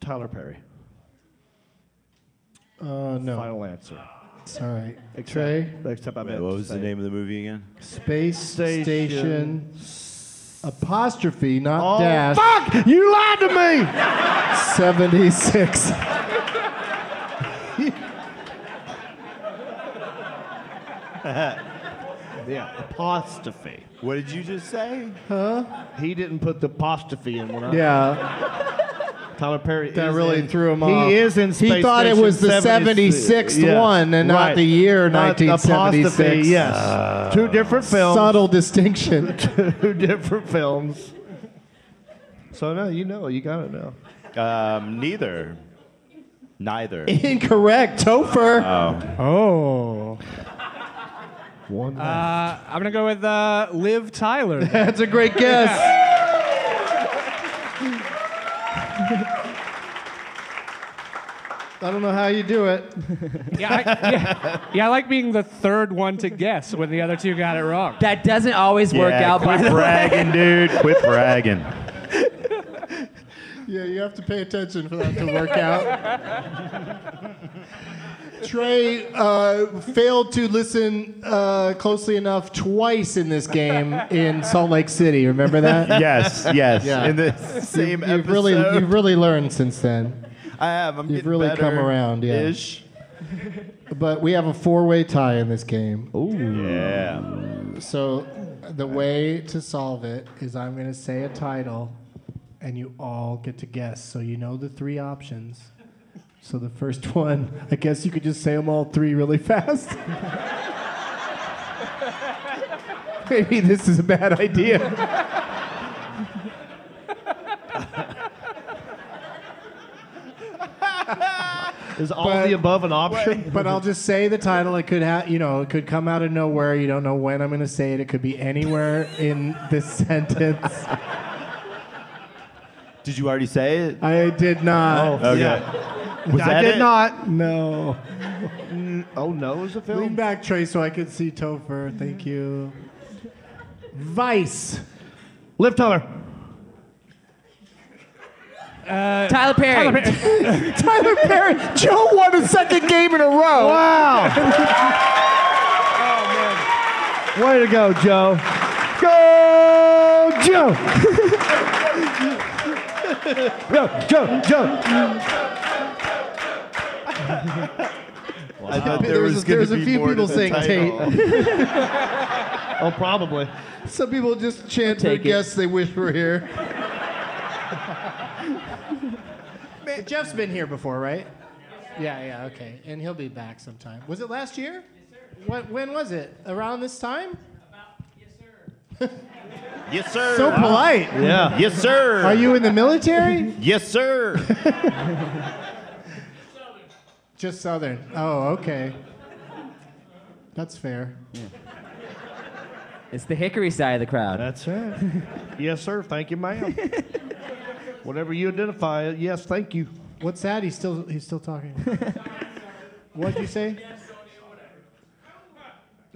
Speaker 3: Tyler Perry.
Speaker 2: Uh, no.
Speaker 3: Final answer.
Speaker 2: It's all right. Trey,
Speaker 3: Except I meant
Speaker 5: what
Speaker 3: to
Speaker 5: was the
Speaker 3: say-
Speaker 5: name of the movie again?
Speaker 2: Space Station,
Speaker 3: Station.
Speaker 2: apostrophe, not
Speaker 3: Oh,
Speaker 2: dash,
Speaker 3: fuck! You lied to me!
Speaker 2: 76.
Speaker 3: Yeah, apostrophe.
Speaker 5: What did you just say?
Speaker 3: He didn't put the apostrophe in when I.
Speaker 2: Yeah,
Speaker 3: Tyler Perry.
Speaker 2: that
Speaker 3: is
Speaker 2: really
Speaker 3: in-
Speaker 2: threw him
Speaker 3: he
Speaker 2: off.
Speaker 3: is in Space
Speaker 2: He thought it
Speaker 3: Station
Speaker 2: was the 76th
Speaker 3: Yeah,
Speaker 2: one and
Speaker 3: right.
Speaker 2: not the year
Speaker 3: Not the apostrophe,
Speaker 2: 1976.
Speaker 3: Yes. Two different films.
Speaker 2: Subtle distinction.
Speaker 3: Two different films. So no, you know, you got it now.
Speaker 5: Um, neither. Neither.
Speaker 2: Incorrect. Topher.
Speaker 4: Oh.
Speaker 3: One.
Speaker 4: Uh, I'm gonna go with uh, Liv Tyler.
Speaker 2: That's a great guess. I don't know how you do it.
Speaker 4: Yeah, I, yeah, yeah, I like being the third one to guess when the other two got it wrong.
Speaker 6: That doesn't always work
Speaker 5: Yeah,
Speaker 6: out. By
Speaker 5: quit
Speaker 6: the way.
Speaker 5: bragging, dude. Quit bragging.
Speaker 2: Yeah, you have to pay attention for that to work out. Trey uh, failed to listen uh, closely enough twice in this game in Salt Lake City. Remember that?
Speaker 5: Yes, yes.
Speaker 2: Yeah.
Speaker 5: In the same
Speaker 2: you've,
Speaker 5: episode.
Speaker 2: really, you've really learned since then.
Speaker 5: I have. I'm
Speaker 2: you've
Speaker 5: getting
Speaker 2: really come
Speaker 5: better
Speaker 2: around, yeah.
Speaker 5: Ish.
Speaker 2: But we have a four-way tie in this game.
Speaker 5: Yeah.
Speaker 2: So the way to solve it is I'm going to say a title, and you all get to guess. So you know the three options. So the first one, I guess you could just say them all three really fast. Maybe this is a bad idea.
Speaker 3: Is all
Speaker 2: But-
Speaker 3: of the above an option?
Speaker 2: But I'll just say the title. It could have, you know, it could come out of nowhere. You don't know when I'm going to say it. It could be anywhere in this sentence.
Speaker 5: Did you already say it?
Speaker 2: I did not.
Speaker 5: Okay. Oh, Was
Speaker 3: I
Speaker 5: that
Speaker 3: did
Speaker 5: it?
Speaker 3: not.
Speaker 2: No.
Speaker 3: Oh no, it was a
Speaker 2: Lean
Speaker 3: film.
Speaker 2: back, Trey, so I can see Topher. Thank you. Vice.
Speaker 3: Liv Tyler.
Speaker 6: Tyler Perry.
Speaker 2: Tyler Perry. Joe won a second game in a row.
Speaker 3: Wow. Way to go, Joe. Go, Joe. go, Joe, Joe.
Speaker 5: I thought there,
Speaker 2: There was
Speaker 5: was,
Speaker 2: a- there
Speaker 5: gonna
Speaker 2: was a
Speaker 5: be
Speaker 2: few
Speaker 5: more to
Speaker 2: people
Speaker 5: the
Speaker 2: saying
Speaker 5: title.
Speaker 3: Oh, probably.
Speaker 2: Some people just chant
Speaker 6: I'll
Speaker 2: their
Speaker 6: take it.
Speaker 2: guests they wish were here. Jeff's been here before, right? Yeah, yeah, okay. And he'll be back sometime. Was it last year? What, when was it? Around this time?
Speaker 5: Yes, sir.
Speaker 2: So polite.
Speaker 3: Yeah.
Speaker 5: Yes, sir.
Speaker 2: Are you in the military?
Speaker 5: Yes, sir.
Speaker 2: Just Southern. Oh, okay. That's fair.
Speaker 6: It's the Hickory side of the crowd.
Speaker 3: That's right. yes, sir. Thank you, ma'am. Whatever you identify, as, yes, thank you.
Speaker 2: What's that? He's still he's still talking. What'd you say?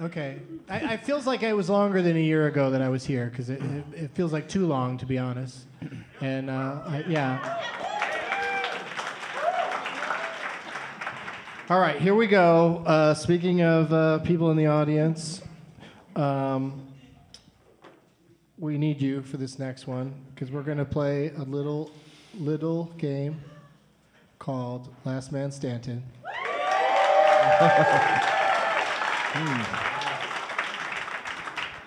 Speaker 2: Okay, I, I feels like it was longer than a year ago that I was here because it, it, it feels like too long to be honest, and uh, I, yeah. All right, here we go. Uh, speaking of uh, people in the audience, um, we need you for this next one because we're going to play a little, little game called Last Man Stanton. Hmm.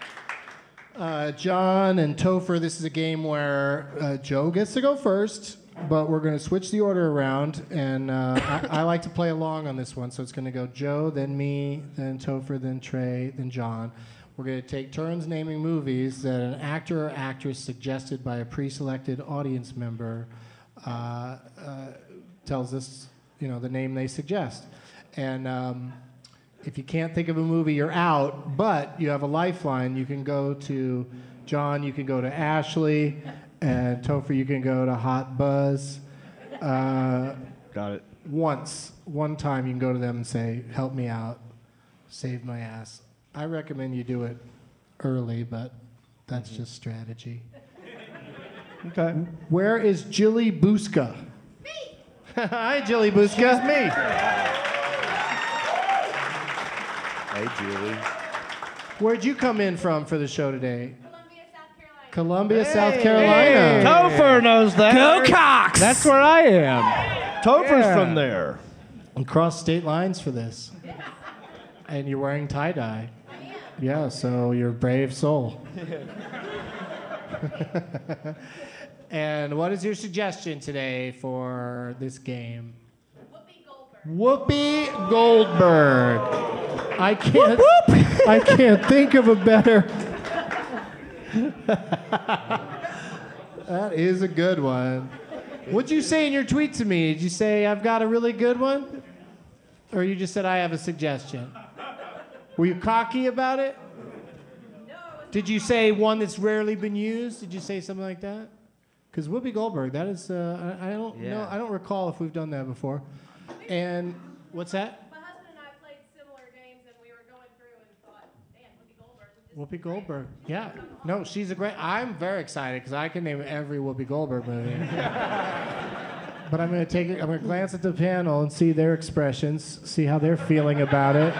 Speaker 2: Uh, John and Topher, this is a game where uh, Joe gets to go first, but we're going to switch the order around. And uh, I, I like to play along on this one, so it's going to go Joe, then me, then Topher, then Trey, then John. We're going to take turns naming movies that an actor or actress suggested by a pre selected audience member uh, uh, tells us you know, the name they suggest. And. Um, if you can't think of a movie, you're out, but you have a lifeline. You can go to John, you can go to Ashley, and Topher, you can go to Hot Buzz. Uh,
Speaker 3: Got it.
Speaker 2: once, one time, you can go to them and say, Help me out, save my ass. I recommend you do it early, but that's
Speaker 3: Mm-hmm.
Speaker 2: just strategy.
Speaker 3: Okay.
Speaker 2: Where is Jilly Buska? Me! Hi, Jilly Buska.
Speaker 3: It's me.
Speaker 5: Hey, Julie.
Speaker 2: Where'd you come in from for the show today?
Speaker 9: Uh,
Speaker 2: Columbia, South Carolina. Columbia, South Carolina.
Speaker 3: Topher knows that.
Speaker 6: Go Cox!
Speaker 4: That's where I am.
Speaker 3: Topher's from there.
Speaker 2: You crossed state lines for this. And you're wearing tie dye. Yeah, so you're a brave soul. and what is your suggestion today for this game? Whoopi Goldberg. I can't. I can't think of a better. that is a good one. What'd you say in your tweet to me? Did you say I've got a really good one, or you just said I have a suggestion? Were you cocky about it? Did you say one that's rarely been used? Did you say something like that? Because Whoopi Goldberg, that is, uh, I, I don't know,
Speaker 6: Yeah.
Speaker 2: I don't recall if we've done that before. And what's that?
Speaker 9: My husband and I played similar games, and we were going through and thought, man, Whoopi Goldberg would just
Speaker 2: Whoopi Goldberg. Yeah. No, she's a great. I'm very excited because I can name every Whoopi Goldberg movie. but I'm gonna take. it- I'm gonna glance at the panel and see their expressions, see how they're feeling about it.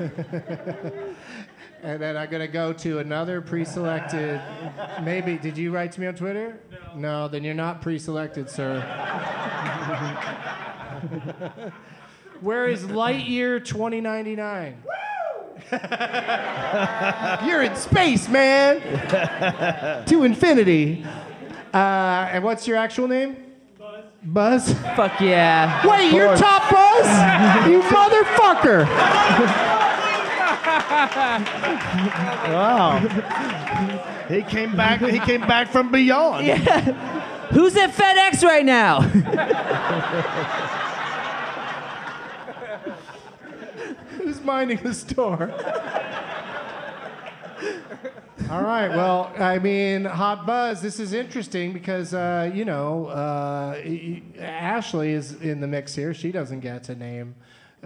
Speaker 2: and then I'm gonna go to another pre-selected. Maybe did you write to me on Twitter? No. No, then you're not pre-selected, sir. Where is Lightyear 2099? You're in space, man! to infinity. Uh, and what's your actual name? Buzz. Buzz?
Speaker 6: Fuck yeah.
Speaker 2: Wait, you're top Buzz? you motherfucker!
Speaker 3: He came back. He came back from beyond.
Speaker 6: Who's at FedEx right now?
Speaker 2: Who's minding the store? All right. Well, I mean, hot buzz. This is interesting because uh, you know uh, y- y- Ashley is in the mix here. She doesn't get to name.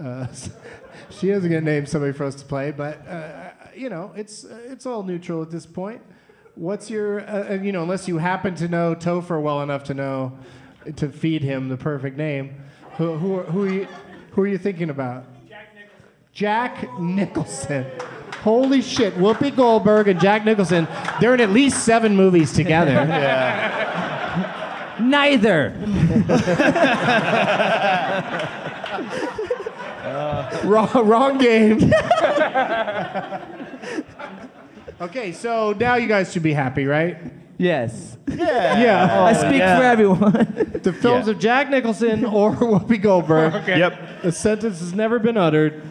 Speaker 2: Uh, she doesn't get to name somebody for us to play, but uh, you know, it's it's all neutral at this point. What's your uh, and, you know, unless you happen to know Topher well enough to know to feed him the perfect name. Who who who are you, who are you thinking about? Jack Nicholson. Holy shit, Whoopi Goldberg and Jack Nicholson, they're in at least seven movies together.
Speaker 6: Neither.
Speaker 2: wrong, wrong game. okay, so now you guys should be happy, right?
Speaker 6: Yes.
Speaker 2: Yeah.
Speaker 6: I speak for everyone.
Speaker 2: the films
Speaker 5: yeah.
Speaker 2: of Jack Nicholson or Whoopi Goldberg.
Speaker 5: Yep.
Speaker 2: The sentence has never been uttered.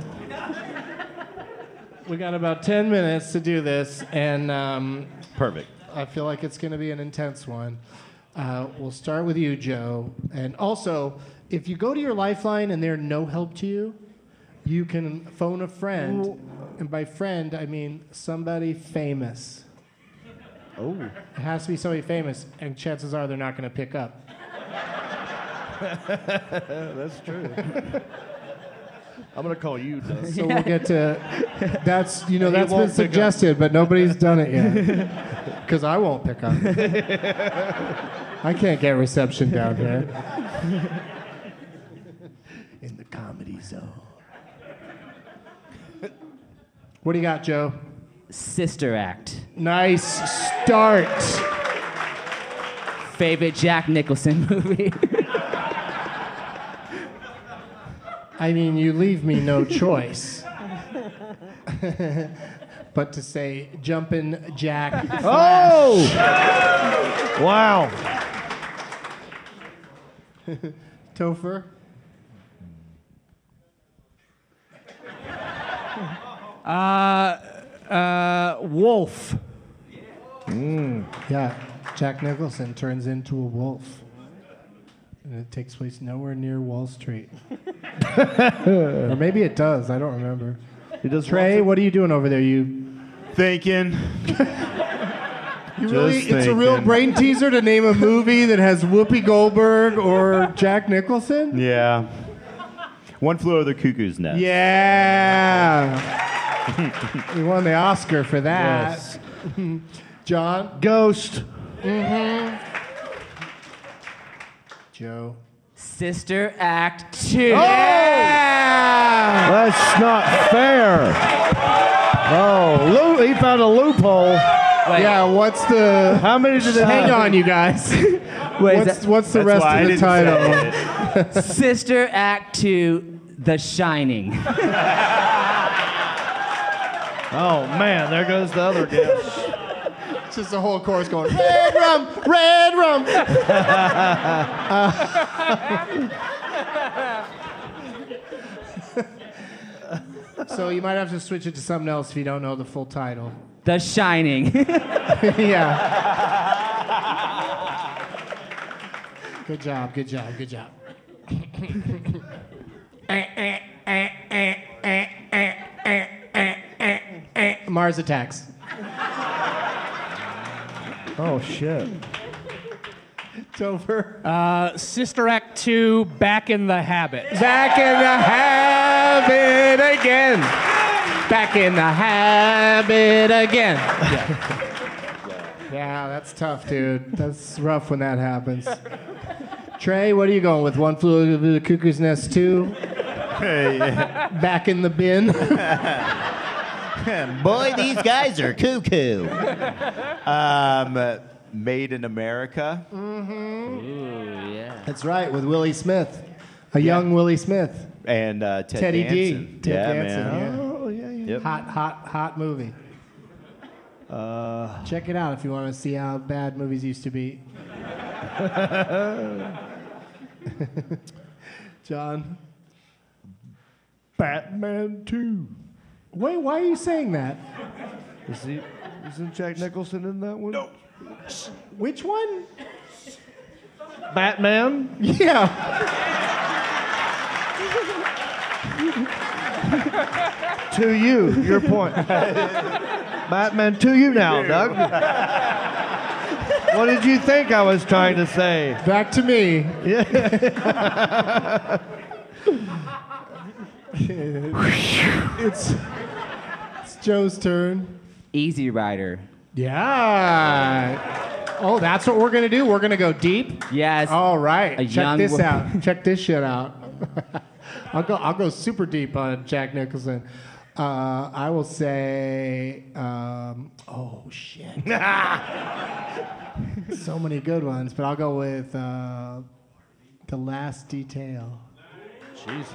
Speaker 2: We got about 10 minutes to do this, and um,
Speaker 5: Perfect.
Speaker 2: I feel like it's going to be an intense one. Uh, we'll start with you, Joe. And also, if you go to your lifeline and they're no help to you, you can phone a friend. And by friend, I mean somebody famous. Oh. It has to be somebody famous, and chances are they're not going to pick up.
Speaker 3: I'm gonna call you. Doug.
Speaker 2: So we'll get to that's you know that's
Speaker 3: won't
Speaker 2: been
Speaker 3: pick up.
Speaker 2: suggested, but nobody's done it yet. Because I won't pick up. I can't get reception down here. in the comedy zone. What do you got, Joe?
Speaker 6: Sister Act.
Speaker 2: Nice start.
Speaker 6: Favorite Jack Nicholson movie.
Speaker 2: I mean, you leave me no choice but to say Jumpin' Jack.
Speaker 3: Oh!
Speaker 2: Flash."
Speaker 3: Wow.
Speaker 2: Topher?
Speaker 4: Uh, uh, wolf.
Speaker 2: Yeah, Jack Nicholson turns into a wolf. And it takes place nowhere near Wall Street. or maybe it does. I don't remember.
Speaker 3: It does
Speaker 2: Trey, what are you doing over there? You
Speaker 5: Thinking.
Speaker 2: You really,
Speaker 5: Just
Speaker 2: it's a real
Speaker 5: thinking.
Speaker 2: brain teaser to name a movie that has Whoopi Goldberg or Jack Nicholson.
Speaker 5: Yeah. One flew over the cuckoo's nest.
Speaker 2: Yeah, we won the Oscar for that. John,
Speaker 3: Ghost.
Speaker 2: Joe,
Speaker 6: Sister Act 2.
Speaker 2: Oh!
Speaker 3: That's not fair. Oh, Lou, he found a loophole.
Speaker 6: Wait,
Speaker 2: yeah. What's the?
Speaker 3: How many did they
Speaker 2: Hang on, you guys.
Speaker 6: wait, is
Speaker 2: what's
Speaker 6: that-
Speaker 2: what's the
Speaker 5: That's
Speaker 2: rest
Speaker 5: why I
Speaker 2: of the
Speaker 5: didn't say
Speaker 2: title?
Speaker 5: it.
Speaker 6: Sister Act 2, The Shining.
Speaker 3: Oh man, there goes the other guess.
Speaker 2: It's just the whole chorus going red rum, red rum. Uh, so you might have to switch it to something else if you don't know the full title.
Speaker 6: The Shining.
Speaker 2: yeah. Good job, good job, good job. Mars attacks.
Speaker 3: Oh shit.
Speaker 2: Topher.
Speaker 4: Uh, Sister Act 2, Back in the Habit.
Speaker 2: Back in the habit again. Back in the habit again. Yeah, that's tough, dude. That's rough when that happens. Trey, what are you going with? One flew over the cuckoo's nest, too. Back in the bin.
Speaker 5: Boy, these guys are cuckoo. um, made in America.
Speaker 2: That's right, with Willie Smith, a young Willie Smith,
Speaker 5: And uh, Ted
Speaker 2: Teddy
Speaker 5: Danson.
Speaker 2: D. Ted
Speaker 5: yeah,
Speaker 2: Danson,
Speaker 5: man.
Speaker 2: yeah.
Speaker 3: Oh yeah, yeah.
Speaker 5: Yep.
Speaker 2: Hot, hot, hot movie. Uh, Check it out if you want to see how bad movies used to be. John.
Speaker 3: Batman Two.
Speaker 2: Wait, why are you saying that?
Speaker 3: Is he? Isn't Jack Nicholson in that one? No.
Speaker 2: Which one?
Speaker 3: Batman.
Speaker 2: Yeah.
Speaker 3: To you. Your point. Batman to you now, Doug. what did you think I was trying to say?
Speaker 2: Back to me. it's, it's Joe's turn.
Speaker 6: Easy Rider.
Speaker 2: Yeah. Oh, that's what we're going to do. We're going to go deep.
Speaker 6: Yes.
Speaker 2: All right.
Speaker 6: A
Speaker 2: Check
Speaker 6: young
Speaker 2: this
Speaker 6: woman.
Speaker 2: out. Check this shit out. I'll go. I'll go super deep on Jack Nicholson. Uh, I will say, um, oh shit, so many good ones. But I'll go with uh, the last detail.
Speaker 5: Jesus.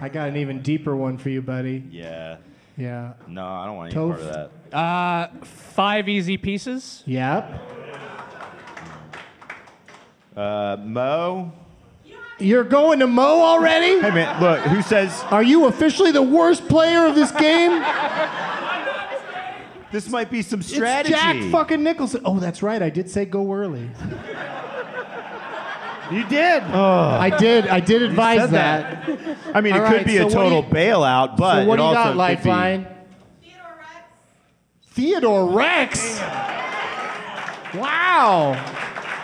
Speaker 2: I got an even deeper one for you, buddy.
Speaker 5: Yeah.
Speaker 2: Yeah.
Speaker 5: No, I don't want any
Speaker 2: Toph.
Speaker 5: part of that.
Speaker 4: Uh, five Easy Pieces.
Speaker 2: Yep.
Speaker 5: Uh, Mo.
Speaker 2: You're going to Mo already?
Speaker 5: Hey, man, look, who says
Speaker 2: Are you officially the worst player of this game?
Speaker 5: this might be some strategy?
Speaker 2: It's Jack fucking Nicholson. Oh, that's right. I did say go early.
Speaker 3: You did.
Speaker 5: Oh.
Speaker 2: I did. I did advise
Speaker 3: said
Speaker 2: that.
Speaker 3: that.
Speaker 5: I mean, it
Speaker 2: All
Speaker 5: could
Speaker 2: right,
Speaker 5: be
Speaker 2: so
Speaker 5: a
Speaker 2: what do
Speaker 5: total
Speaker 2: you-
Speaker 5: bailout, but
Speaker 2: so what
Speaker 5: it
Speaker 2: do you
Speaker 5: also
Speaker 2: got,
Speaker 5: could
Speaker 2: Lifeline?
Speaker 9: Theodore
Speaker 2: Theodore
Speaker 9: Rex.
Speaker 2: Rex. Wow.
Speaker 5: be.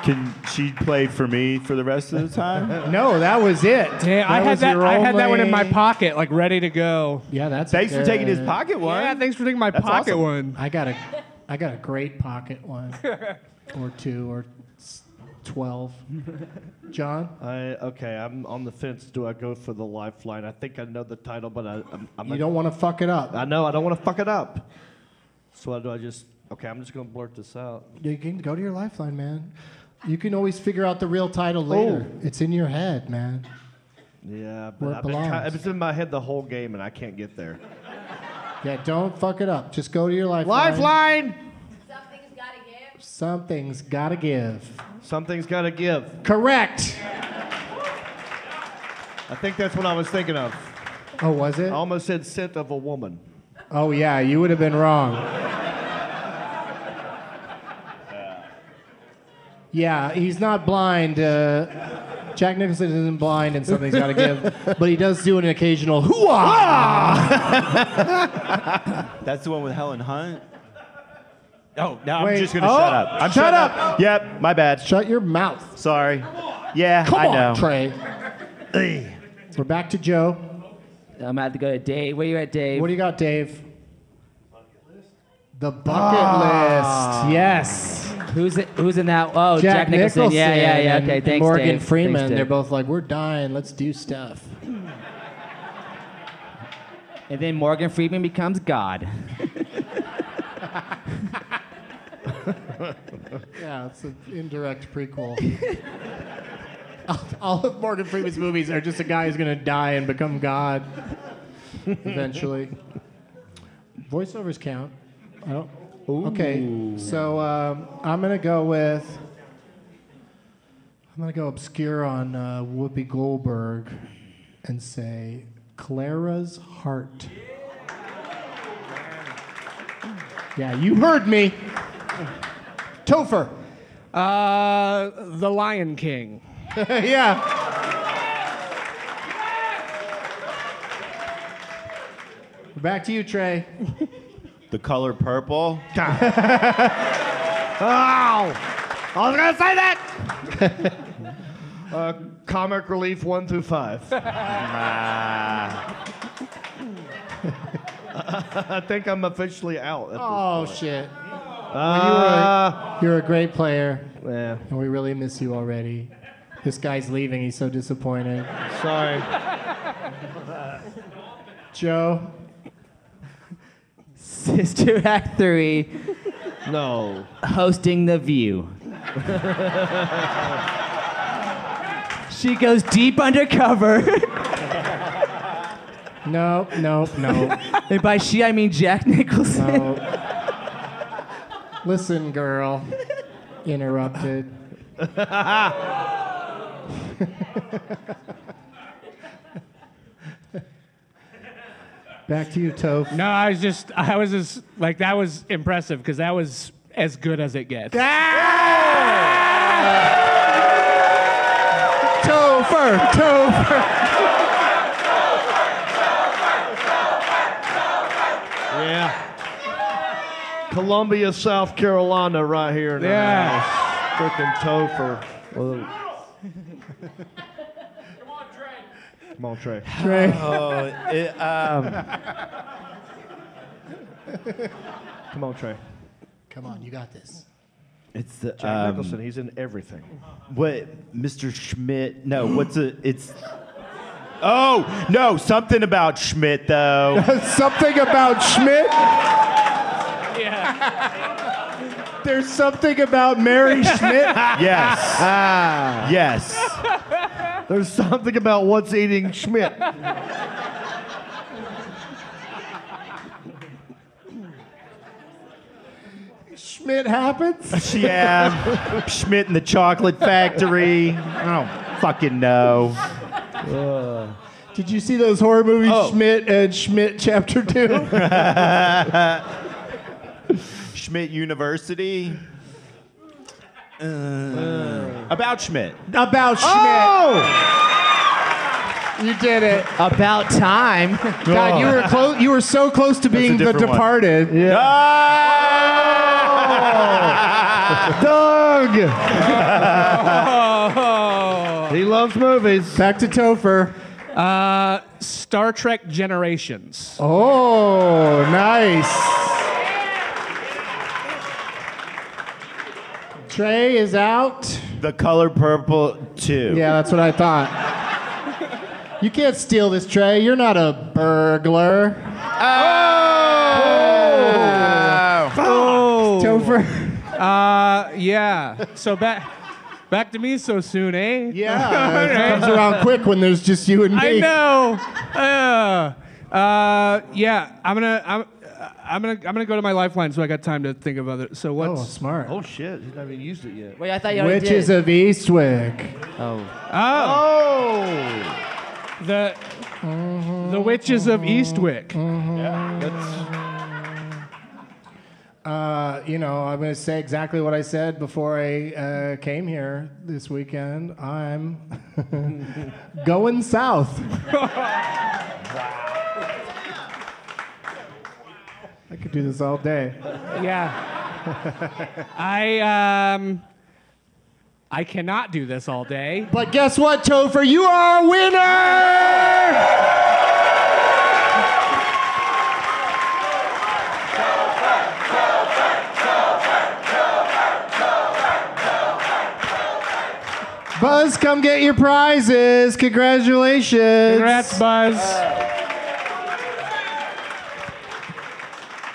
Speaker 5: Can she play for me for the rest of the time?
Speaker 2: No, that was it.
Speaker 4: Yeah, I had
Speaker 2: was
Speaker 4: that.
Speaker 2: your
Speaker 4: I had that one in my
Speaker 2: only-
Speaker 4: pocket, like ready to go.
Speaker 2: Yeah, that's.
Speaker 5: Thanks for taking his
Speaker 2: good-
Speaker 5: pocket one.
Speaker 4: Yeah, thanks for taking my
Speaker 5: That's
Speaker 4: pocket
Speaker 5: awesome.
Speaker 4: one.
Speaker 2: I got a, I got a great pocket one, or two, or s- 12. John?
Speaker 3: I okay. I'm on the fence. Do I go for the lifeline? I think I know the title, but I, I'm, I'm
Speaker 2: You don't want to fuck it up.
Speaker 3: I know. I don't want to fuck it up. So I do I just? Okay, I'm just gonna blurt this out.
Speaker 2: You can go to your lifeline, man. You can always figure out the real title later. It's in your head, man.
Speaker 3: Yeah,
Speaker 2: Where
Speaker 3: but
Speaker 2: it
Speaker 3: I've been ki-
Speaker 2: belongs.
Speaker 3: it's in my head the whole game, and I can't get there.
Speaker 2: Yeah, don't fuck it up. Just go to your lifeline.
Speaker 3: Lifeline.
Speaker 2: Something's gotta give.
Speaker 3: Something's gotta give.
Speaker 2: Correct.
Speaker 3: I think that's what I was thinking of.
Speaker 2: Oh, was
Speaker 3: I
Speaker 2: it?
Speaker 3: almost said scent of a woman.
Speaker 2: Oh yeah, you would have been wrong. Yeah, he's not blind. Uh, Jack Nicholson isn't blind, and something's gotta give. But he does do an occasional hoo-ah.
Speaker 5: Ah! That's the one with Helen Hunt. Oh, now
Speaker 2: Wait,
Speaker 5: I'm just gonna
Speaker 2: oh,
Speaker 5: shut up. I'm shut up. Yep, my bad.
Speaker 2: Shut your mouth.
Speaker 5: Sorry. Yeah,
Speaker 2: Come
Speaker 5: I
Speaker 2: on,
Speaker 5: know.
Speaker 2: Trey. We're back to Joe.
Speaker 6: I'm about to go to Dave. Where you at, Dave?
Speaker 2: What do you got, Dave? The bucket
Speaker 5: Ah.
Speaker 2: list. Yes.
Speaker 6: who's it, who's in that? Oh, Jack, Nicholson. Yeah, yeah, yeah. Okay,
Speaker 2: and
Speaker 6: thanks,
Speaker 2: Morgan
Speaker 6: Dave.
Speaker 2: Freeman.
Speaker 6: Thanks, Dave.
Speaker 2: They're both like, we're dying. Let's do stuff.
Speaker 6: And then Morgan Freeman becomes God.
Speaker 2: Yeah, it's an indirect prequel. All of Morgan Freeman's movies are just a guy who's gonna die and become God eventually. Voiceovers count. I don't. Okay, so um, I'm gonna go with. I'm gonna go obscure on uh, Whoopi Goldberg, and say Clara's heart. Yeah, you heard me. Topher.
Speaker 4: Uh, the Lion King.
Speaker 2: yeah. Back to you, Trey.
Speaker 5: The color purple.
Speaker 3: Ow! Oh. I was gonna say that. uh, comic relief one through five. I think I'm officially out. at
Speaker 2: Oh shit.
Speaker 3: this- Uh,
Speaker 2: You're a great player,
Speaker 3: yeah.
Speaker 2: and we really miss you already. This guy's leaving. He's so disappointed.
Speaker 3: Sorry.
Speaker 2: Joe.
Speaker 6: Sister Act 3,
Speaker 3: No.
Speaker 6: hosting The View. she goes deep undercover.
Speaker 2: No, no, no,
Speaker 6: and by she, I mean Jack Nicholson.
Speaker 2: no. Listen, girl. Interrupted. Back to you, Toph.
Speaker 4: No, I was just, I was just like, that was impressive because that was as good as it gets.
Speaker 2: Topher, Topher.
Speaker 3: Yeah. Columbia, South Carolina, right here in
Speaker 4: Yeah.
Speaker 3: our house. Frickin' Topher. Well,
Speaker 1: Come on, Trey.
Speaker 3: Come on, Trey.
Speaker 5: Oh, it, um,
Speaker 3: Come on, Trey.
Speaker 2: Come on, you got this.
Speaker 5: it's the
Speaker 3: Jack
Speaker 5: um,
Speaker 3: Nicholson, he's in everything.
Speaker 5: what Mr. Schmidt. No, what's a it's. Oh no, something about Schmidt though.
Speaker 2: something about Schmidt.
Speaker 4: Yeah.
Speaker 2: There's something about Mary Schmidt. Ah.
Speaker 5: yes. Yes.
Speaker 3: There's something about what's eating Schmidt.
Speaker 2: Schmidt happens.
Speaker 5: Yeah, Schmidt and the Chocolate Factory. I don't fucking know.
Speaker 2: Did you see those horror movies,
Speaker 5: Oh.
Speaker 2: Schmidt and Schmidt Chapter Two?
Speaker 5: Schmidt University. Uh, about Schmidt.
Speaker 2: about Schmidt.
Speaker 5: Oh!
Speaker 2: Oh. You did it.
Speaker 6: About time.
Speaker 2: God, you were close. You were so close to being the
Speaker 5: different one.
Speaker 2: Departed.
Speaker 3: Doug! He loves movies.
Speaker 2: Back to Topher.
Speaker 4: Uh, Star Trek Generations.
Speaker 2: Oh, nice. Trey is out.
Speaker 5: The color purple too.
Speaker 2: Yeah, that's what I thought. You can't steal this, Trey. You're not a burglar.
Speaker 4: Oh!
Speaker 2: Oh! Topher.
Speaker 4: Uh, yeah. So back, back to me so soon, eh?
Speaker 2: Yeah, it
Speaker 4: All right.
Speaker 2: comes around quick when there's just you and me.
Speaker 4: I know. Uh, uh, yeah, I'm gonna. I'm, uh, I'm gonna I'm gonna go to my lifeline so I got time to think of other. So what's
Speaker 2: Oh, smart.
Speaker 3: Oh shit, he's not even used it yet.
Speaker 6: Wait, I thought you already did.
Speaker 2: Witches of Eastwick.
Speaker 6: Oh.
Speaker 4: Oh,
Speaker 3: Oh,
Speaker 4: the the witches of Eastwick.
Speaker 2: Uh, you know, I'm going to say exactly what I said before I uh, came here this weekend. I'm going south. I could do this all day.
Speaker 4: Yeah. I um I cannot do this all day.
Speaker 2: But guess what, Topher? You are a winner! Buzz, come get your prizes. Congratulations.
Speaker 4: Congrats, Buzz.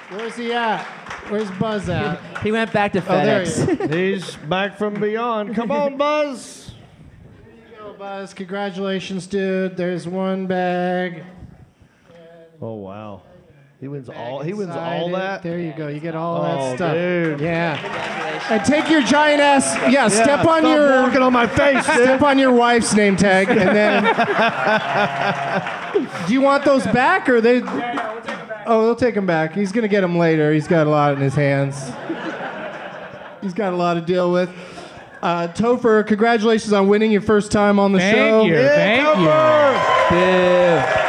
Speaker 2: Where's he at? Where's Buzz at?
Speaker 6: He went back to
Speaker 2: Oh, there he
Speaker 6: FedEx.
Speaker 2: is.
Speaker 3: he's back from beyond. Come on, Buzz.
Speaker 2: Go, Buzz. Congratulations, dude. There's one bag.
Speaker 3: Oh wow, he wins all.
Speaker 2: Back
Speaker 3: He wins
Speaker 2: inside
Speaker 3: all
Speaker 2: it.
Speaker 3: that.
Speaker 2: There you go. You get all
Speaker 3: Oh,
Speaker 2: that stuff.
Speaker 3: dude.
Speaker 2: Yeah. And take your giant ass. Yeah. step on
Speaker 3: stop
Speaker 2: your
Speaker 3: walking on my face.
Speaker 2: step on your wife's name tag, and then. Do you want those back, or they? Oh, they'll take them back. He's gonna get them later. He's got a lot in his hands. He's got a lot to deal with. Uh, Topher, congratulations on winning your first time on the
Speaker 4: Thank
Speaker 2: show.
Speaker 4: you. Thank you.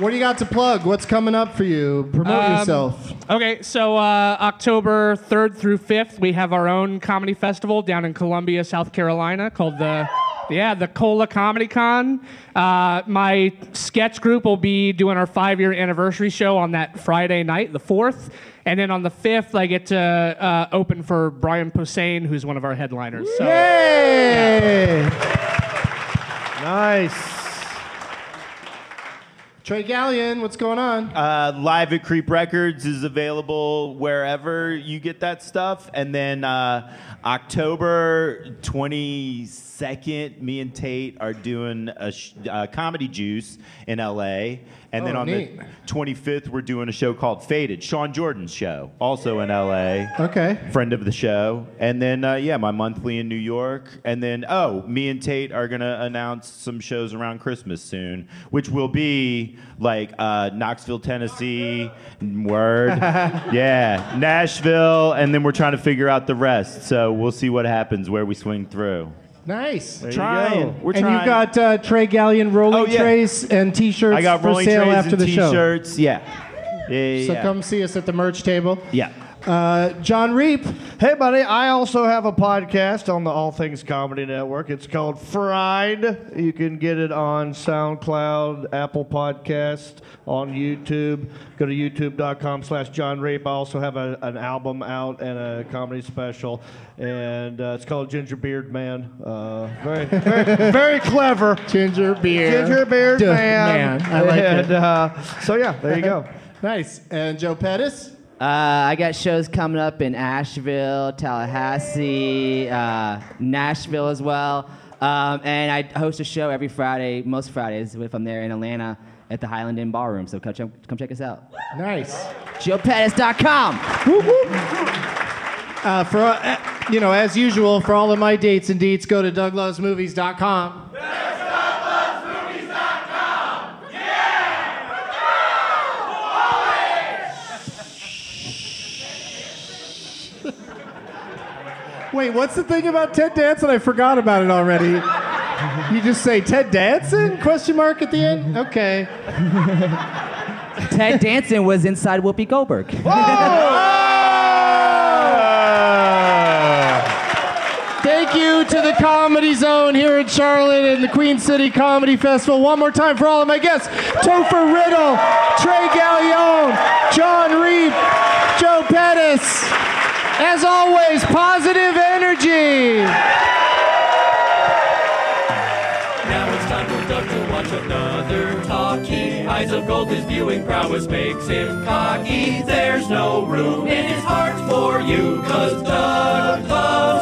Speaker 2: What do you got to plug? What's coming up for you? Promote
Speaker 4: Um,
Speaker 2: yourself.
Speaker 4: Okay, so uh, October 3rd through 5th, we have our own comedy festival down in Columbia, South Carolina, called the yeah the Cola Comedy Con. Uh, my sketch group will be doing our five year anniversary show on that Friday night, the 4th, and then on the 5th, I get to uh, open for Brian Posehn, who's one of our headliners. So
Speaker 2: Yay!
Speaker 3: Nice.
Speaker 2: Trey Gallion, what's going on?
Speaker 5: Uh, Live at Creep Records is available wherever you get that stuff. And then uh, October 22nd, me and Tate are doing a sh- uh, Comedy Juice in LA. And then
Speaker 2: Oh,
Speaker 5: on
Speaker 2: neat.
Speaker 5: the 25th, we're doing a show called Faded, Sean Jordan's show, also in LA.
Speaker 3: Uh,
Speaker 2: Okay.
Speaker 5: Friend of the show. And then, uh, yeah, my monthly in New York. And then, oh, me and Tate are going to announce some shows around Christmas soon, which will be like uh, Knoxville, Tennessee. Word. yeah. Nashville. And then we're trying to figure out the rest. So we'll see what happens where we swing through.
Speaker 2: Nice.
Speaker 5: There you
Speaker 3: Trying.
Speaker 5: go. We're
Speaker 2: and
Speaker 5: trying.
Speaker 2: you've got uh, Trey Gallion rolling
Speaker 5: Oh, yeah.
Speaker 2: trays and T-shirts
Speaker 5: I got
Speaker 2: for
Speaker 5: rolling
Speaker 2: sale
Speaker 5: trays
Speaker 2: after
Speaker 5: and
Speaker 2: the show.
Speaker 5: t-shirts. Yeah. Yeah. yeah,
Speaker 2: So
Speaker 5: yeah.
Speaker 2: come see us at the merch table.
Speaker 5: Yeah.
Speaker 2: Uh, John Reap.
Speaker 3: Hey, buddy, I also have a podcast on the All Things Comedy Network. It's called Fried. You can get it on SoundCloud, Apple Podcast, on YouTube. Go to youtube.com slash John Rape. I also have a, an album out and a comedy special, and uh, it's called Ginger Beard Man. Uh, very, very, very clever.
Speaker 2: Ginger beer.
Speaker 3: Ginger Beard
Speaker 2: Duh,
Speaker 3: Man.
Speaker 2: man. I like
Speaker 3: and,
Speaker 2: it.
Speaker 3: Uh, so, yeah, there you go.
Speaker 2: Nice. And Joe Pettis.
Speaker 6: Uh, I got shows coming up in Asheville, Tallahassee, uh, Nashville as well. Um, and I host a show every Friday, most Fridays, if I'm there in Atlanta at the Highland Inn Ballroom. So come, check- come check us out.
Speaker 2: Nice.
Speaker 6: JoePettis.com.
Speaker 2: Uh, for uh, you know, as usual, for all of my dates and deets, go to douglovesmovies.com. Wait, what's the thing about Ted Danson? I forgot about it already. You just say Ted Danson? Question mark at the end? Okay.
Speaker 6: Ted Danson was inside Whoopi Goldberg.
Speaker 2: Thank you to the Comedy Zone here in Charlotte and the Queen City Comedy Festival. One more time for all of my guests Topher Riddle, Trey Gallione, John Reeve, Joe Pettis, positive energy.
Speaker 1: Now it's time for Doug to watch another talkie. Eyes of gold, his viewing prowess makes him cocky. There's no room in his heart for you, cause Doug loves